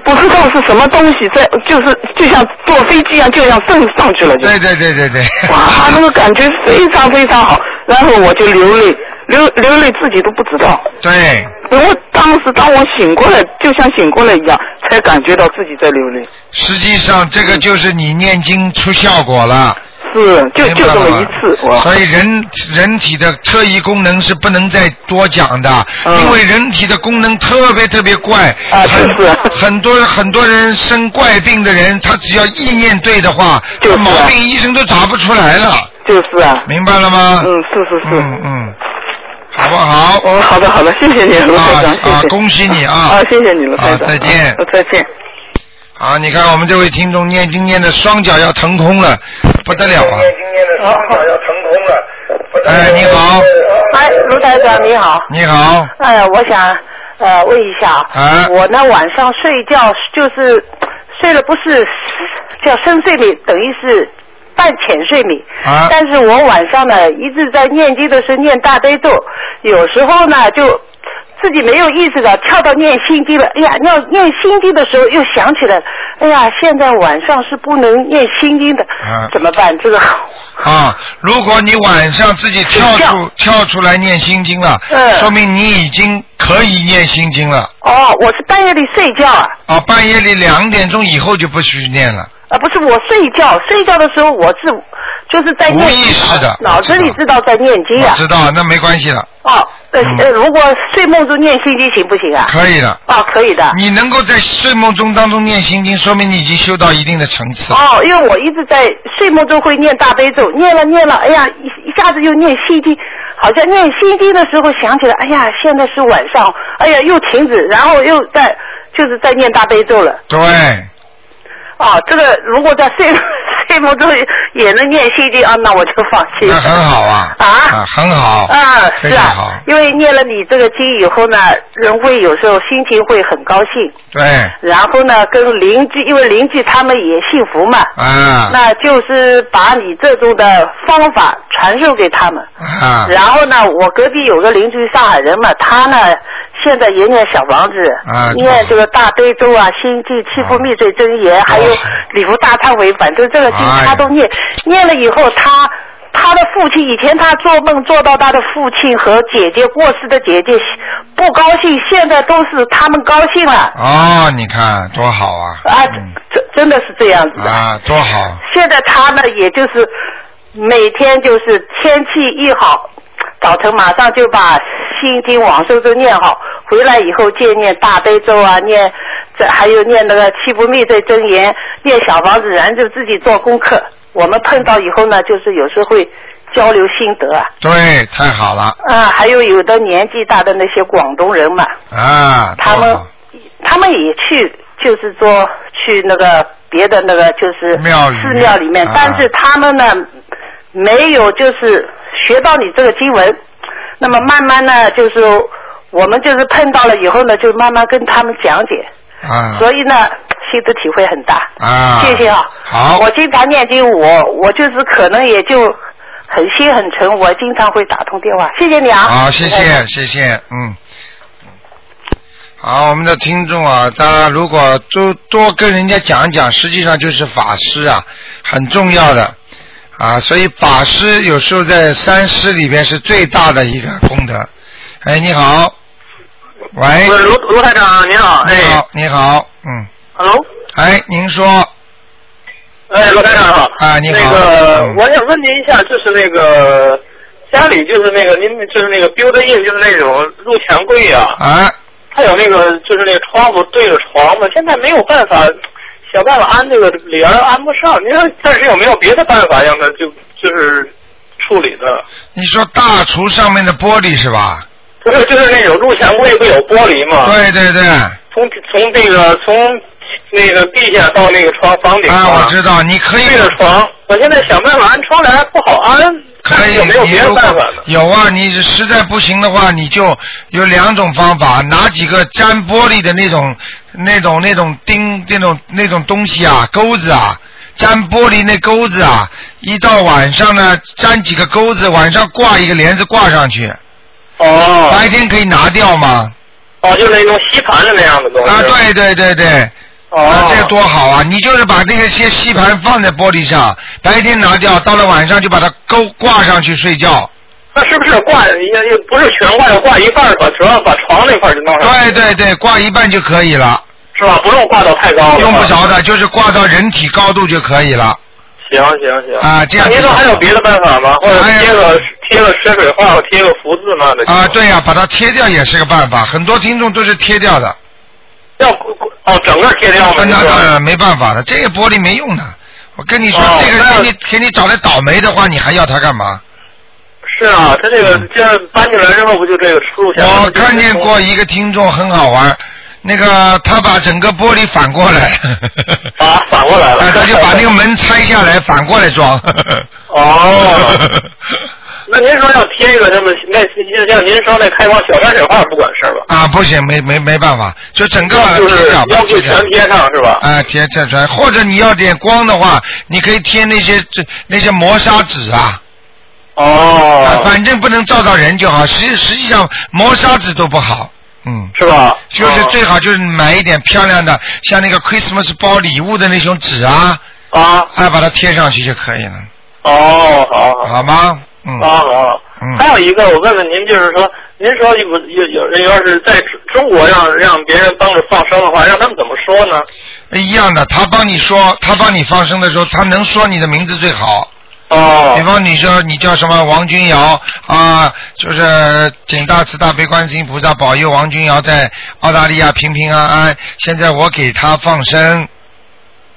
C: 不知道是什么东西在，就是就像坐飞机一样，就像升上去了就。
B: 对对对对对，
C: 哇，那个感觉非常非常好，然后我就流泪，流流泪自己都不知道。 哎
B: 对，
C: 我当时当我醒过来，就像醒过来一样，才感觉到自己在流泪。
B: 实际上这个就是你念经出效果了。
C: 是，就
B: 明白
C: 就这
B: 了吗
C: 么一次，哇。
B: 所以人人体的特异功能是不能再多讲的，
C: 嗯
B: 因为人体的功能特别特别怪，
C: 啊
B: 很很多很多人生怪病的人，他只要意念对的话，
C: 就是
B: 他
C: 啊
B: 毛病医生都查不出来了。
C: 就是啊。
B: 明白了吗？
C: 嗯，是是是。
B: 嗯嗯。好不好？
C: 哦，好的好的，谢谢你，卢台长，谢
B: 啊
C: 谢。
B: 恭喜你啊
C: 啊，谢谢你，卢台
B: 好，
C: 长。啊
B: 再见。
C: 再见。
B: 好，你看我们这位听众念经念的双脚要腾空了，不得了啊！哎，你好，
D: 哎，卢台长你好。
B: 你好，
D: 哎呀，我想呃问一下
B: 啊
D: 我呢晚上睡觉就是睡了不是叫深睡眠，等于是半浅睡眠。
I: 啊
D: 但是我晚上呢一直在念经的时候念大悲咒，有时候呢就自己没有意识的跳到念心经了。哎呀，要念心经的时候又想起来了，哎呀，现在晚上是不能念心经的，
B: 啊
D: 怎么办？这个
B: 啊！如果你晚上自己跳出跳出来念心经了，
D: 嗯
B: 说明你已经可以念心经了。
D: 哦，我是半夜里睡觉啊。
B: 啊，半夜里两点钟以后就不许念了。
C: 呃
D: 啊，不是我睡觉，睡觉的时候我是就是在念
B: 无意识
C: 啊
B: 的
D: 脑脑子里知道在念经
B: 我
D: 啊。
B: 知道，那没关系了，
D: 哦，呃
B: 嗯
D: 呃，如果睡梦中念心经行不行啊？
B: 可以了。
D: 哦，可以的。
C: 啊
B: 你能够在睡梦中当中念心经，说明你已经修到一定的层次了。
D: 哦，因为我一直在睡梦中会念大悲咒，念了念了，哎呀，一一下子又念心经，
C: 好像念心经的时候想起来，哎呀，现在是晚上，哎呀，又停止，然后又在就是在念大悲咒了。
B: 对，
C: 啊，这个如果在睡 睡梦中也能念心经啊，那我就放 弃了。
B: 那很好啊，
C: 啊
B: 啊，很好，
C: 啊，
B: 非
C: 是
B: 常
C: 啊
B: 好，，
C: 因为念了你这个经以后呢，人会有时候心情会很高兴，
B: 对，
C: 然后呢，跟邻居，因为邻居他们也信佛嘛，
B: 啊
C: 那就是把你这种的方法传授给他们。
B: 啊，
C: 然后呢，我隔壁有个邻居上海人嘛，他呢现在也念小房子，
B: 啊
C: 念这个大悲咒啊、心经、七佛灭罪真
B: 啊
C: 言，还有礼佛大忏悔，反正这个经
B: 哎
C: 他都念。念了以后，他他的父亲以前他做梦做到他的父亲和姐姐过世的姐姐不高兴，现在都是他们高兴了
B: 哦，你看多好啊，
C: 啊，真真的是这样子的。
B: 啊，多好，
C: 现在他呢，也就是每天就是天气一好，早晨马上就把心经往生咒念好，回来以后借念大悲咒啊，念这还有念那个七不灭罪真言，念小房子，然后就自己做功课。我们碰到以后呢，就是有时候会交流心得啊，
B: 对，太好了
C: 啊，还有有的年纪大的那些广东人嘛，
B: 啊，
C: 他们他们也去，就是说去那个别的那个就是
B: 庙里面
C: 寺庙里面，
B: 啊
C: 但是他们呢没有就是学到你这个经文，那么慢慢呢就是我们就是碰到了以后呢，就慢慢跟他们讲解，
B: 啊
C: 所以呢心得体会很大。
B: 啊，
C: 谢谢啊。
B: 好，
C: 我经常念经，我我就是可能也就很心很诚，我经常会打通电话。谢谢你啊。
B: 好，谢谢
C: 哎
B: 谢谢，嗯。好，我们的听众啊，大家如果多多跟人家讲一讲，实际上就是法师啊，很重要的啊，所以法师有时候在三师里边是最大的一个功德。哎，你好，喂，
D: 呃卢卢台长您好，
B: 哎你
D: 哎
B: 好，你好，嗯，
D: ，Hello，
B: 哎，您说
D: 哎，卢台长好，
B: 啊，你
D: 那
B: 好，
D: 个
B: 嗯
D: 我想问您一下，就是那个家里就是那个您就是那个 build in 就是那种入墙柜啊，
B: 啊，
D: 它有那个就是那个窗户对着床嘛，现在没有办法想办法安这个帘儿安不上，您说暂时有没有别的办法让它就就是处理的？
B: 你说大厨上面的玻璃是吧？
D: 不是，就是那种入墙柜不有玻璃吗？
B: 对对对，
D: 从从这个从那个地下到那个床房顶
B: 啊，我知道，你可以
D: 对着床，我现在想办法安窗帘不好安，
B: 可以，
D: 有没有
B: 你
D: 别的
B: 如果
D: 办法呢？
B: 有啊，你实在不行的话，你就有两种方法，拿几个粘玻璃的那种、那种、那种钉、那种、那种东西啊，钩子啊，粘玻璃那钩子啊，一到晚上呢，粘几个钩子，晚上挂一个帘子挂上去，
D: 哦
B: 白天可以拿掉吗？
D: 哦，就是那种吸盘的那样的东西
B: 啊，对对对对。啊
D: 哦，，
B: 这个多好啊！你就是把那些吸盘放在玻璃上，白天拿掉，到了晚上就把它钩挂上去睡觉。
D: 那是不是挂也也不是全挂，挂一半儿吧，主要把床那块儿就弄上，
B: 对对对，挂一半就可以了。
D: 是吧？不用挂到太高了，
B: 用不着的，。就是挂到人体高度就可以了。
D: 行行行
B: 啊这样
D: 那您说还有别的办法吗？或者
B: 哎呀
D: 贴个贴个水水画，或贴个福字嘛的？
B: 啊，对呀、把它贴掉也是个办法，很多听众都是贴掉的。
D: 要哦，整个贴掉吗？
B: 那
D: 您
B: 那
D: 说
B: 当然没办法的，这些玻璃没用的。我跟你说，
D: 哦
B: 这
D: 那
B: 个给你给你找来倒霉的话，你还要它干嘛？
D: 是啊，他这个这搬进来之后不就这个出入
B: 嗯我看见过
D: 啊
B: 一个听众很好玩，那个他把整个玻璃反过来，
D: 啊，反过来了，
B: 哎他就把那个门拆下来反过来装。
D: 哦，那您说要贴一个什么那就像您说那开光小山水画不管事儿吧？
B: 啊，不行，没没没办法，就整个把它
D: 就是
B: 贴掉，把
D: 要
B: 它
D: 不
B: 贴掉
D: 全。贴上是吧？
B: 啊，贴这砖，或者你要点光的话，你可以贴那些这那些磨砂纸啊，啊
D: 哦，
B: 反正不能照到人就好。实实际上磨砂纸都不好，嗯，
D: 是吧？
B: 就是
D: 哦
B: 最好就是买一点漂亮的，像那个 Christmas 包礼物的那种纸啊，
D: 啊
B: 啊，把它贴上去就可以了，
D: 哦，好好。
B: 好吗？嗯，
D: 啊好
B: 嗯，
D: 还有一个，我问问您，就是说，您说有有有人要是在中国让让别人帮着放生的话，让他们怎么说呢？
B: 一样的，他帮你说，他帮你放生的时候，他能说你的名字最好。
D: 哦
B: 比方你说你叫什么王君瑶啊，就是请大慈大悲观世音菩萨保佑王君瑶在澳大利亚平平安安。现在我给他放生，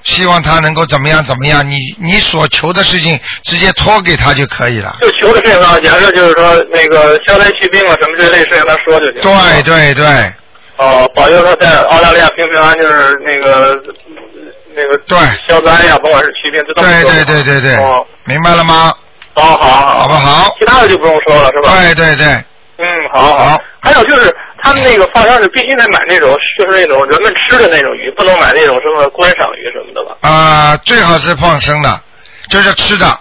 B: 希望他能够怎么样怎么样，你你所求的事情直接托给他就可以 了。
D: 就求的这个，啊假设就是说那个消灾去病啊什么这类事情，他说就行。
B: 对对对，
D: 哦，保佑他在澳大利亚平平安安，就是那个那个
B: 对
D: 消灾啊呀，甭管是去病，这都
B: 对对对对对
D: 哦，
B: 明白了吗？
D: 哦，好，好
B: 不好？
D: 其他的就不用说了，是吧？
B: 对对对，
D: 嗯，好好。还有就是，他们那个放生是必须得买那种，就是那种人们吃的那种鱼，不能买那种什么观赏鱼什么的吧？
B: 啊、最好是放生的，就是吃的。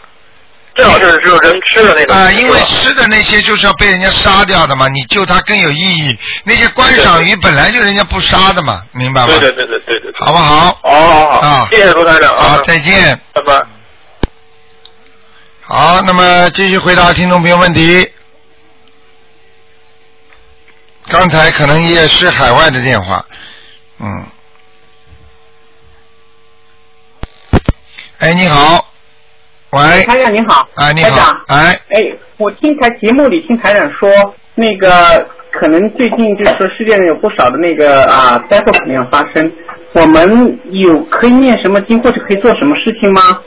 D: 最好是只有人吃的那种。
B: 啊、因为
D: 是吧
B: 吃的那些就是要被人家杀掉的嘛，你救它更有意义。那些观赏鱼本来就人家不杀的嘛，明白吗？
D: 对对对对对对，对
B: 啊好不好？
D: 好好
B: 啊
D: 好，谢谢卢台长
B: 好
D: 啊，
B: 再见。
D: 拜拜。
B: 好，那么继续回答听众朋友问题。刚才可能也是海外的电话，嗯。哎，你好，喂，
J: 台长你好，
B: 哎，你
J: 台
B: 好
J: 长，
B: 哎，
J: 哎，我听台节目里听台长说，那个可能最近就是说世界上有不少的那个啊灾祸可能要发生，我们有可以念什么经或者可以做什么事情吗？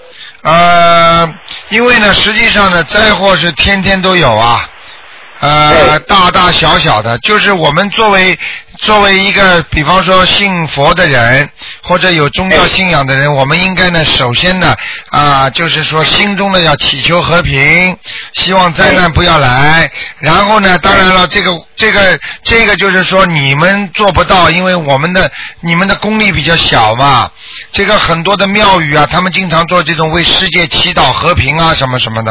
B: 呃，因为呢，实际上呢，灾祸是天天都有啊，呃，大大小小的，就是我们作为作为一个，比方说信佛的人，或者有宗教信仰的人，我们应该呢，首先呢，啊、就是说心中呢要祈求和平，希望灾难不要来。然后呢，当然了，这个这个这个就是说你们做不到，因为我们的你们的功力比较小嘛。这个很多的庙宇啊，他们经常做这种为世界祈祷和平啊，什么什么的。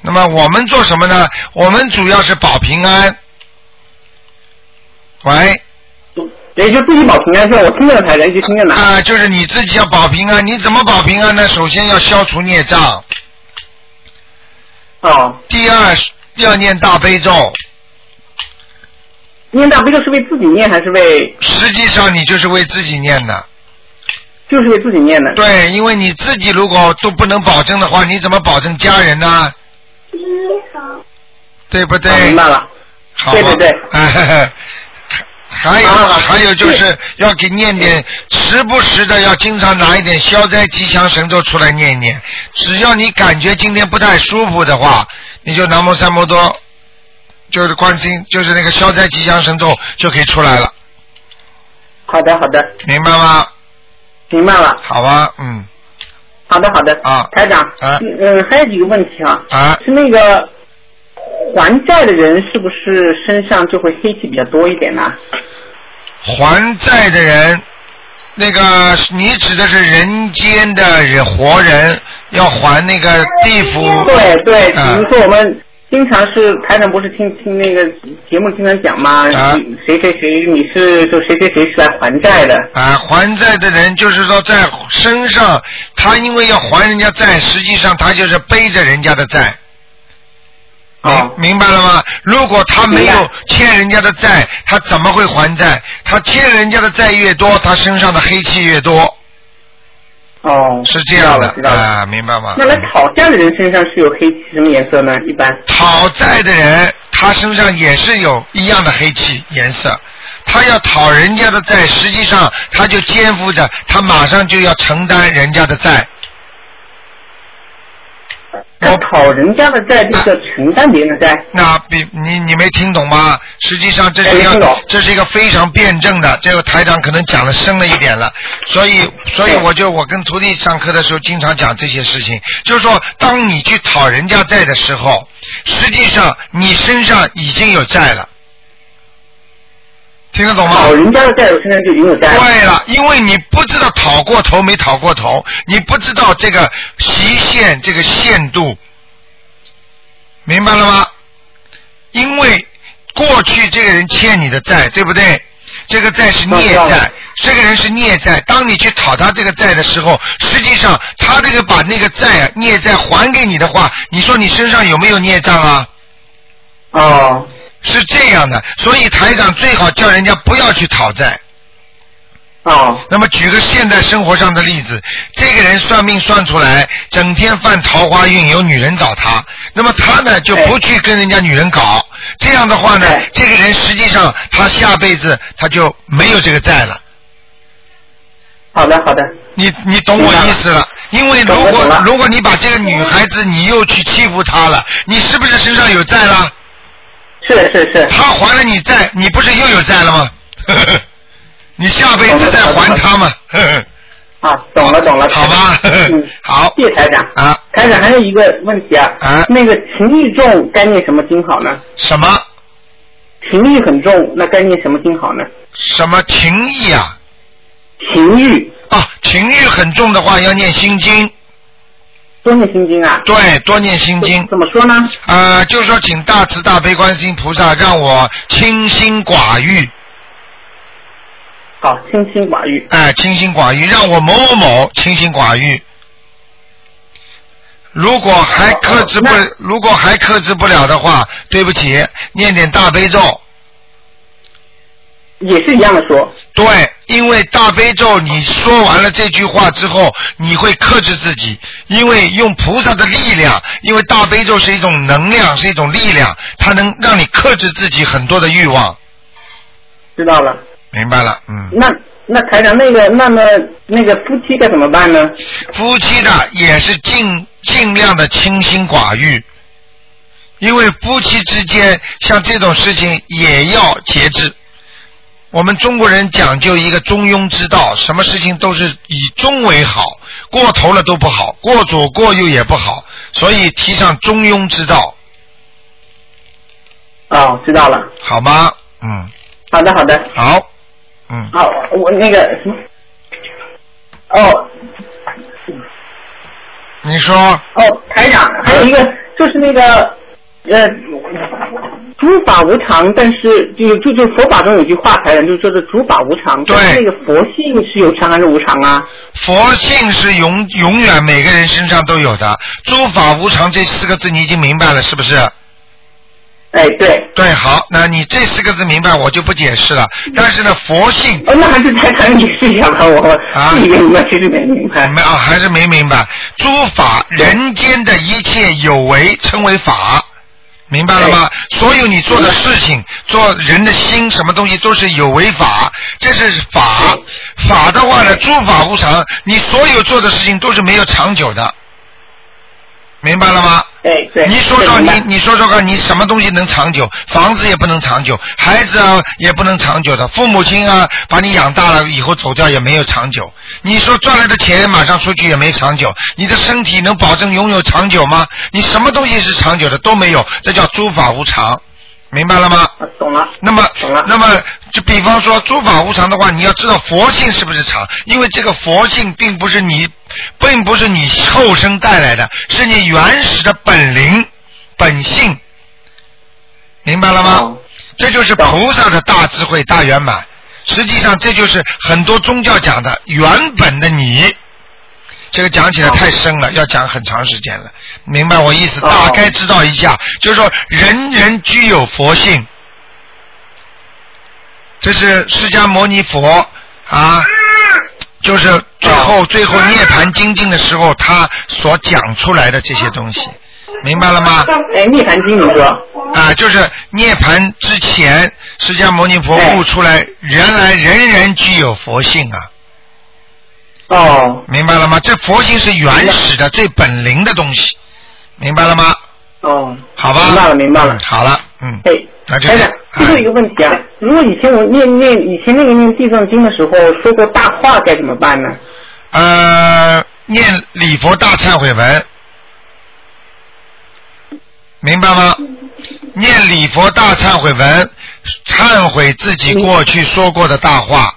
B: 那么我们做什么呢？我们主要是保平安。喂。
J: 也就自己保平安是吧？我听着台人就听着呢。
B: 啊，就是你自己要保平安，你怎么保平安呢？首先要消除孽障。
J: 哦。
B: 第二要念大悲咒。
J: 念大悲咒是为自己念还是为？
B: 实际上你就是为自己念的。
J: 就是为自己念的。
B: 对，因为你自己如果都不能保证的话，你怎么保证家人呢？对不对？
J: 啊明白了。
B: 好吧
J: 对对对。
B: 还有、
J: 啊
B: 还有就是要给念
J: 嗯
B: 点，时不时的要经常拿一点消灾吉祥神咒出来念一念。只要你感觉今天不太舒服的话，你就南无三摩多，就是观心，就是那个消灾吉祥神咒就可以出来了，
J: 好的好的，
B: 明白吗？
J: 明白了。
B: 好吧，嗯，
J: 好的好的。
B: 啊。
J: 台长。
B: 啊
J: 嗯嗯，还有几个问题啊。
B: 啊。
J: 是那个还债的人是不是身上就会黑气比较多一点呢、啊
B: 还债的人，那个你指的是人间的人活人要还那个地府。
J: 对对，
B: 啊
J: 比如说我们经常是台长不是听听那个节目经常讲吗？
B: 啊
J: 你谁谁谁你是就谁谁谁是来还债的。
B: 啊，还债的人就是说在身上，他因为要还人家债，实际上他就是背着人家的债。
J: 哦
B: 明明白了吗？如果他没有欠人家的债，他怎么会还债？他欠人家的债越多，他身上的黑气越多，
J: 哦，
B: 是这样的
J: 知道了知道了
B: 啊，明白吗？
J: 那来讨债的人身上是有黑气什么颜色呢？一般
B: 讨债的人，他身上也是有一样的黑气颜色。他要讨人家的债，实际上他就肩负着，他马上就要承担人家的债。哦
J: 他讨人家的债就是要承担别人的债。
B: 那比你你没听懂吗？实际上这是一
J: 哎没听
B: 个
J: 懂
B: 这是一个非常辩证的，这个台长可能讲的深了一点了，所以所以我就我跟徒弟上课的时候经常讲这些事情，就是说当你去讨人家债的时候，实际上你身上已经有债了，听得懂吗？
J: 讨人家的债，我身上就已经有债。
B: 对了，因为你不知道讨过头没讨过头，你不知道这个期限、这个限度，明白了吗？因为过去这个人欠你的债，对不对？这个债是孽
J: 那当
B: 债
J: 然，
B: 这个人是孽债。当你去讨他这个债的时候，实际上他这个把那个债啊孽债还给你的话，你说你身上有没有孽障啊？
J: 哦，
B: 是这样的，所以台长最好叫人家不要去讨债。
J: 哦。
B: 那么举个现代生活上的例子，这个人算命算出来，整天犯桃花运，有女人找他，那么他呢就
J: 哎
B: 不去跟人家女人搞，这样的话呢，这个人实际上他下辈子他就没有这个债了。
J: 好的，好的。
B: 你你懂我意思了，因为如
J: 懂了懂
B: 果
J: 了
B: 如果你把这个女孩子你又去欺负她了，你是不是身上有债了？
J: 是是是。
B: 她还了你债，你不是又有债了吗？ 你下辈子再还她嘛。
J: 啊，懂了懂了，
B: 好吧，
J: 嗯，
B: 好，
J: 谢谢台长
B: 啊，
J: 台长还有一个问题啊，
B: 啊，
J: 那个情欲重该念什么经好呢？
B: 什么？
J: 情欲很重，那该念什么经好呢？
B: 什么情义啊？
J: 情欲
B: 啊，情欲很重的话，要念心经。
J: 多念心经啊？
B: 对，多念心经。
J: 怎么说呢？
B: 呃，就说请大慈大悲观世音菩萨让我清心寡欲。
J: 好，清心寡欲。
B: 哎、清心寡欲，让我某某某清心寡欲。如果还克制不，如果还克制不了的话，对不起，念点大悲咒。
J: 也是一样的说。
B: 对，因为大悲咒你说完了这句话之后，你会克制自己，因为用菩萨的力量，因为大悲咒是一种能量，是一种力量，它能让你克制自己很多的欲望。
J: 知道了。
B: 明白了，嗯。
J: 那那台长那个那么那个夫妻该怎么办呢？
B: 夫妻的也是尽尽量的清心寡欲，因为夫妻之间像这种事情也要节制。我们中国人讲究一个中庸之道，什么事情都是以中为好，过头了都不好，过左过右也不好，所以提倡中庸之道，
J: 哦，知道了。
B: 好吗？嗯，
J: 好的，好的。
B: 好。嗯
J: 好，我那个什么，哦
B: 你说
J: 哦，台长，还有一个就是那个呃，诸法无常，但是就就就佛法中有句话，台长就说的诸法无常，对，那个佛性是有常还是无常啊？
B: 佛性是永永远每个人身上都有的，诸法无常这四个字你已经明白了是不是？
J: 哎，对。
B: 对，好，那你这四个字明白，我就不解释了。但是呢，佛性。
J: 哦，那还是台长解释一下吧，我
B: 啊，
J: 自己明白，其实没明白。
B: 没啊，还是没明白。诸法人间的一切有为称为法，明白了吗？所有你做的事情，做人的心，什么东西都是有为法，这是法。法的话呢，诸法无常，你所有做的事情都是没有长久的，明白了吗？
J: 对哎对。
B: 你说说
J: 对明
B: 你
J: 白，
B: 你说说看，你什么东西能长久？房子也不能长久，孩子啊也不能长久的，父母亲啊把你养大了以后走掉也没有长久。你说赚来的钱马上出去也没长久，你的身体能保证拥有长久吗？你什么东西是长久的都没有，这叫诸法无常。明白了吗？
J: 懂了。
B: 那么，那么就比方说诸法无常的话，你要知道佛性是不是常，因为这个佛性并不是你，并不是你后生带来的，是你原始的本灵、本性，明白了吗？
J: 哦
B: 这就是菩萨的大智慧、大圆满。实际上，这就是很多宗教讲的原本的你。这个讲起来太深了，要讲很长时间了。明白我意思？大概知道一下，就是说人人具有佛性，这是释迦牟尼佛啊，就是最后最后涅槃精进的时候，他所讲出来的这些东西，明白了吗？
J: 哎，涅槃经你说
B: 啊，就是涅槃之前，释迦牟尼佛悟出来，原来人人具有佛性啊。
J: 哦，
B: 明白了吗？这佛性是原始的、最本灵的东西，明白了吗？
J: 哦，
B: 好吧，
J: 明白了，明白了
B: 嗯。好了，嗯，
J: 哎，
B: 那就哎这
J: 台长
B: 样，
J: 最后一个问题啊，如果以前我念念以前那个念地藏经的时候说过大话，该怎么办呢？
B: 呃，念礼佛大忏悔文，明白吗？
J: 嗯
B: 念礼佛大忏悔文，忏悔自己过去说过的大话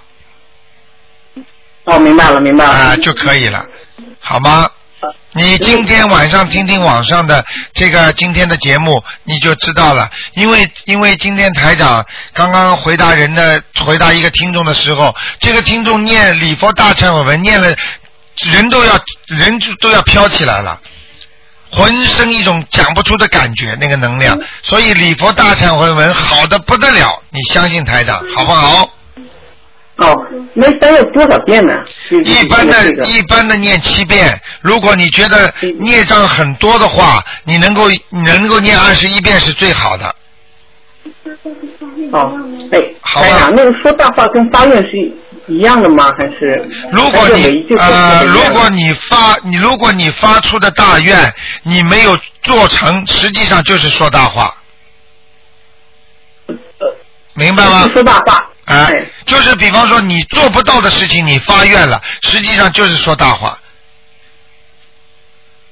J: 哦，明白了，明白了。
B: 啊、就可以了，好吗？你今天晚上听听网上的这个今天的节目，你就知道了。因为因为今天台长刚刚回答人的回答一个听众的时候，这个听众念礼佛大忏悔文念了，人都要人就都要飘起来了。浑身一种讲不出的感觉，那个能量，所以礼佛大忏悔文好的不得了，你相信台长好不好？
J: 哦，那得有多少遍呢？
B: 一般 的，一般的念七遍。如果你觉得
J: 嗯
B: 孽障很多的话，你能够你能够念二十一遍是最好的。
J: 哦，哎，台长，那个说大话跟发愿是一样的吗？还是
B: 如果
J: 还是唯一
B: 你
J: 就是
B: 呃，
J: 这个
B: 如
J: 样子
B: 果你发你如果你发出的大愿你没有做成，实际上就是说大话。明白吗？
J: 呃说大话。哎
B: 啊，就是比方说你做不到的事情，你发愿了，实际上就是说大话。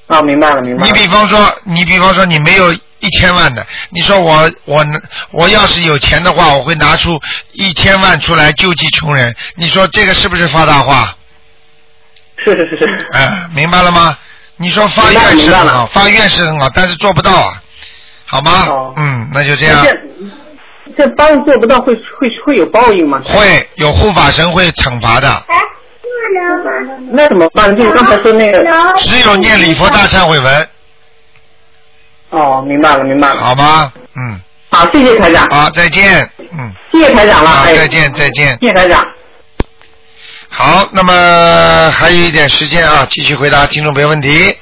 J: 啊，明白了，明白
B: 你
J: 了。
B: 比方说，你比方说你没有一千万的，你说我我拿我要是有钱的话，我会拿出一千万出来救济穷人。你说这个是不是发大话？
J: 是是是是。
B: 啊，明白了吗？你说发愿是
J: 明白
B: 很
J: 了
B: 好，发愿是很好，但是做不到啊，好吗？
J: 哦
B: 嗯，那就这样。
J: 这这帮做不到会会会有报应吗？
B: 会有护法神会惩罚的，
J: 哎那怎么办？就是刚才说那个。
B: 只有念礼佛大忏悔文。
J: 哦，明白了，明白了。
B: 好吗？嗯。
J: 好，谢谢台长。
B: 好，再见。嗯。
J: 谢谢台长了。
B: 好
J: 哎，
B: 再见，再见。
J: 谢谢台长。
B: 好，那么还有一点时间啊，继续回答听众朋友问题。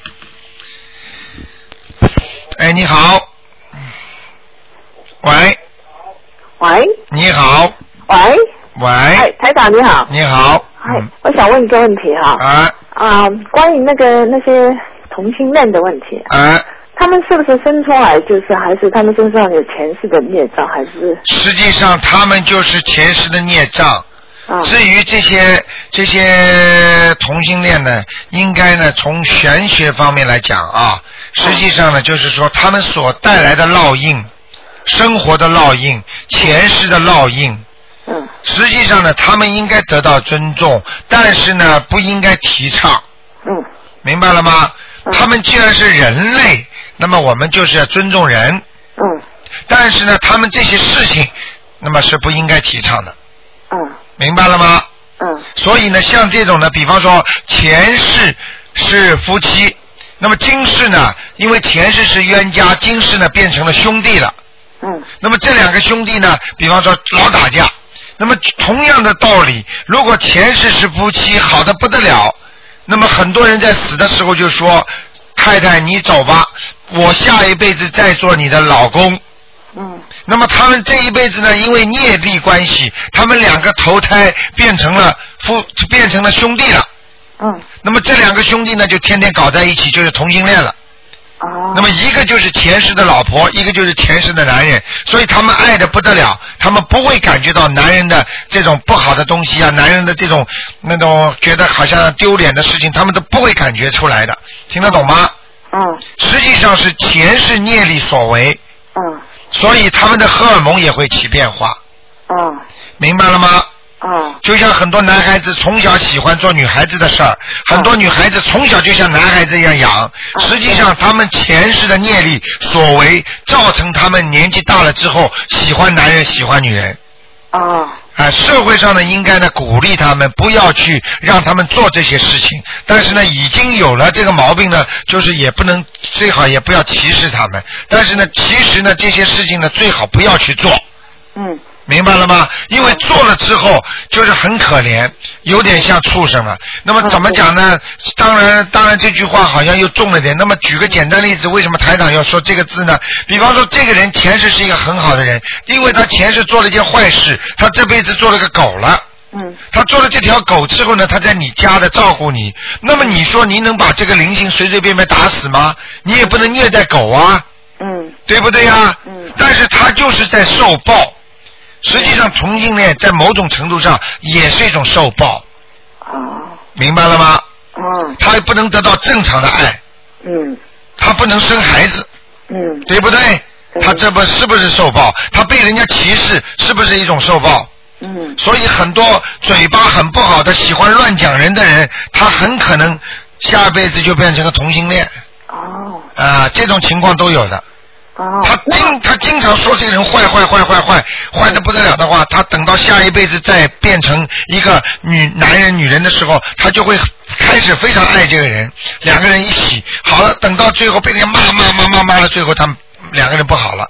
B: 哎，你好。喂，
K: 喂
B: 你好，
K: 喂，
B: 喂，
K: 哎，台长你好，
B: 你好，
K: 哎，我想问一个问题哈，
B: 啊
K: 啊，关于那个那些同性恋的问题，
B: 啊，
K: 他们是不是生出来就是还是他们身上有前世的孽障，还是
B: 实际上他们就是前世的孽障。
K: 啊
H: 啊
B: 至于这些这些同性恋呢，应该呢从玄学方面来讲啊，实际上呢就是说他们所带来的烙印，生活的烙印，前世的烙印。
K: 嗯。
B: 实际上呢，他们应该得到尊重，但是呢不应该提倡。
K: 嗯。
B: 明白了吗？他们既然是人类，那么我们就是要尊重人。
K: 嗯。
B: 但是呢，他们这些事情，那么是不应该提倡的。
K: 嗯。
B: 明白了吗？
K: 嗯。
B: 所以呢，像这种呢，比方说前世是夫妻，那么今世呢，因为前世是冤家，今世呢变成了兄弟了。
K: 嗯。
B: 那么这两个兄弟呢，比方说老打架，那么同样的道理，如果前世是夫妻，好的不得了，那么很多人在死的时候就说：“太太，你走吧，我下一辈子再做你的老公。”
K: 嗯。
B: 那么他们这一辈子呢，因为业力关系，他们两个投胎变成了夫，变成了兄弟了。
K: 嗯。
B: 那么这两个兄弟呢，就天天搞在一起，就是同性恋了。那么一个就是前世的老婆，一个就是前世的男人，所以他们爱的不得了，他们不会感觉到男人的这种不好的东西啊，男人的这种那种觉得好像丢脸的事情，他们都不会感觉出来的，听得懂吗？
K: 嗯。
B: 实际上是前世业力所为。
K: 嗯。
B: 所以他们的荷尔蒙也会起变化，
K: 嗯
B: 明白了吗？
K: 嗯
B: 就像很多男孩子从小喜欢做女孩子的事儿，很多女孩子从小就像男孩子一样养，实际上他们前世的业力所为，造成他们年纪大了之后喜欢男人，喜欢女人。
K: 哦。
B: 啊，社会上呢，应该呢鼓励他们不要去让他们做这些事情，但是呢，已经有了这个毛病呢，就是也不能最好也不要歧视他们，但是呢，其实呢这些事情呢最好不要去做。
K: 嗯
B: 明白了吗？因为做了之后就是很可怜，有点像畜生了。那么怎么讲呢？当然，当然这句话好像又重了点。那么举个简单例子，为什么台长要说这个字呢？比方说，这个人前世是一个很好的人，因为他前世做了一件坏事，他这辈子做了个狗了。
K: 嗯
B: 他做了这条狗之后呢，他在你家的照顾你。那么你说，你能把这个灵性随随便便打死吗？你也不能虐待狗啊。
K: 嗯
B: 对不对呀、但是他就是在受报。实际上，同性恋在某种程度上也是一种受报。
K: 哦
B: 明白了吗？
K: 嗯
B: 他不能得到正常的爱，
K: 嗯
B: 他不能生孩子，
K: 嗯
B: 对不对？他这不是不是受报？他被人家歧视，是不是一种受报？
K: 嗯
B: 所以很多嘴巴很不好的、喜欢乱讲人的人，他很可能下辈子就变成个同性恋。哦。啊，这种情况都有的。
K: 哦。
B: 他经他经常说这个人坏坏坏坏坏坏的不得了的话，他等到下一辈子再变成一个女男人女人的时候，他就会开始非常爱这个人，两个人一起好了，等到最后被人家骂骂骂骂骂了，最后他们两个人不好了，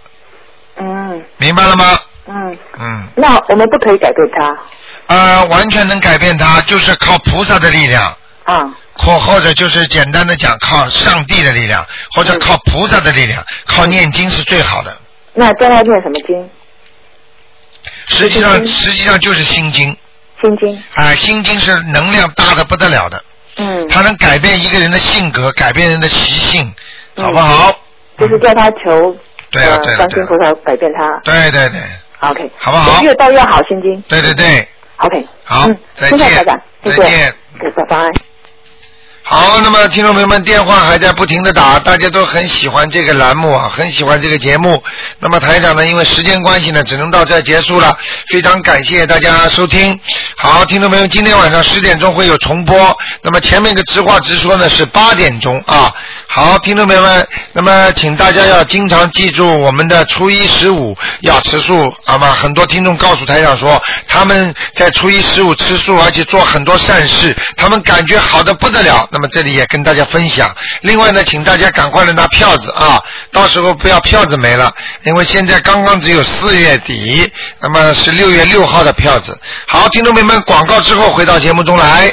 K: 嗯
B: 明白了吗？
K: 嗯，
B: 嗯。
K: 那我们不可以改变他
B: 呃，完全能改变他，就是靠菩萨的力量，
K: 啊，
B: 或或者就是简单的讲，靠上帝的力量，
K: 嗯
B: 或者靠菩萨的力量，靠念经是最好的。
K: 那教他念什么经？
B: 实际上，实际上就是心经。
K: 心经，
B: 啊，心经是能量大的不得了的，
K: 嗯，
B: 它能改变一个人的性格，改变人的习性，好不好？
K: 嗯就是叫他求
B: 对啊，嗯
K: 呃
B: 对啊
K: 观世音菩萨改变他。
B: 对对对，
K: OK，
B: 好不好？
K: 越到越好，心经。
B: 对对对，
K: OK，
B: 好，
K: 嗯
B: 再
K: 谢谢台
B: 见
K: 长，，谢
B: 再
K: 谢，
B: 见。
K: 谢谢，拜拜。
B: 好，那么听众朋友们，电话还在不停的打，大家都很喜欢这个栏目啊，很喜欢这个节目。那么台长呢，因为时间关系呢，只能到这儿结束了。非常感谢大家收听。好，听众朋友们，今天晚上十点钟会有重播。那么前面一个直话直说呢是八点钟啊。好，听众朋友们，那么请大家要经常记住我们的初一十五要吃素，好吗？很多听众告诉台长说，他们在初一十五吃素，而且做很多善事，他们感觉好的不得了。那么这里也跟大家分享。另外呢，请大家赶快的拿票子啊，到时候不要票子没了，因为现在刚刚只有四月底，那么是六月六号的票子。好，听众朋友们，广告之后回到节目中来。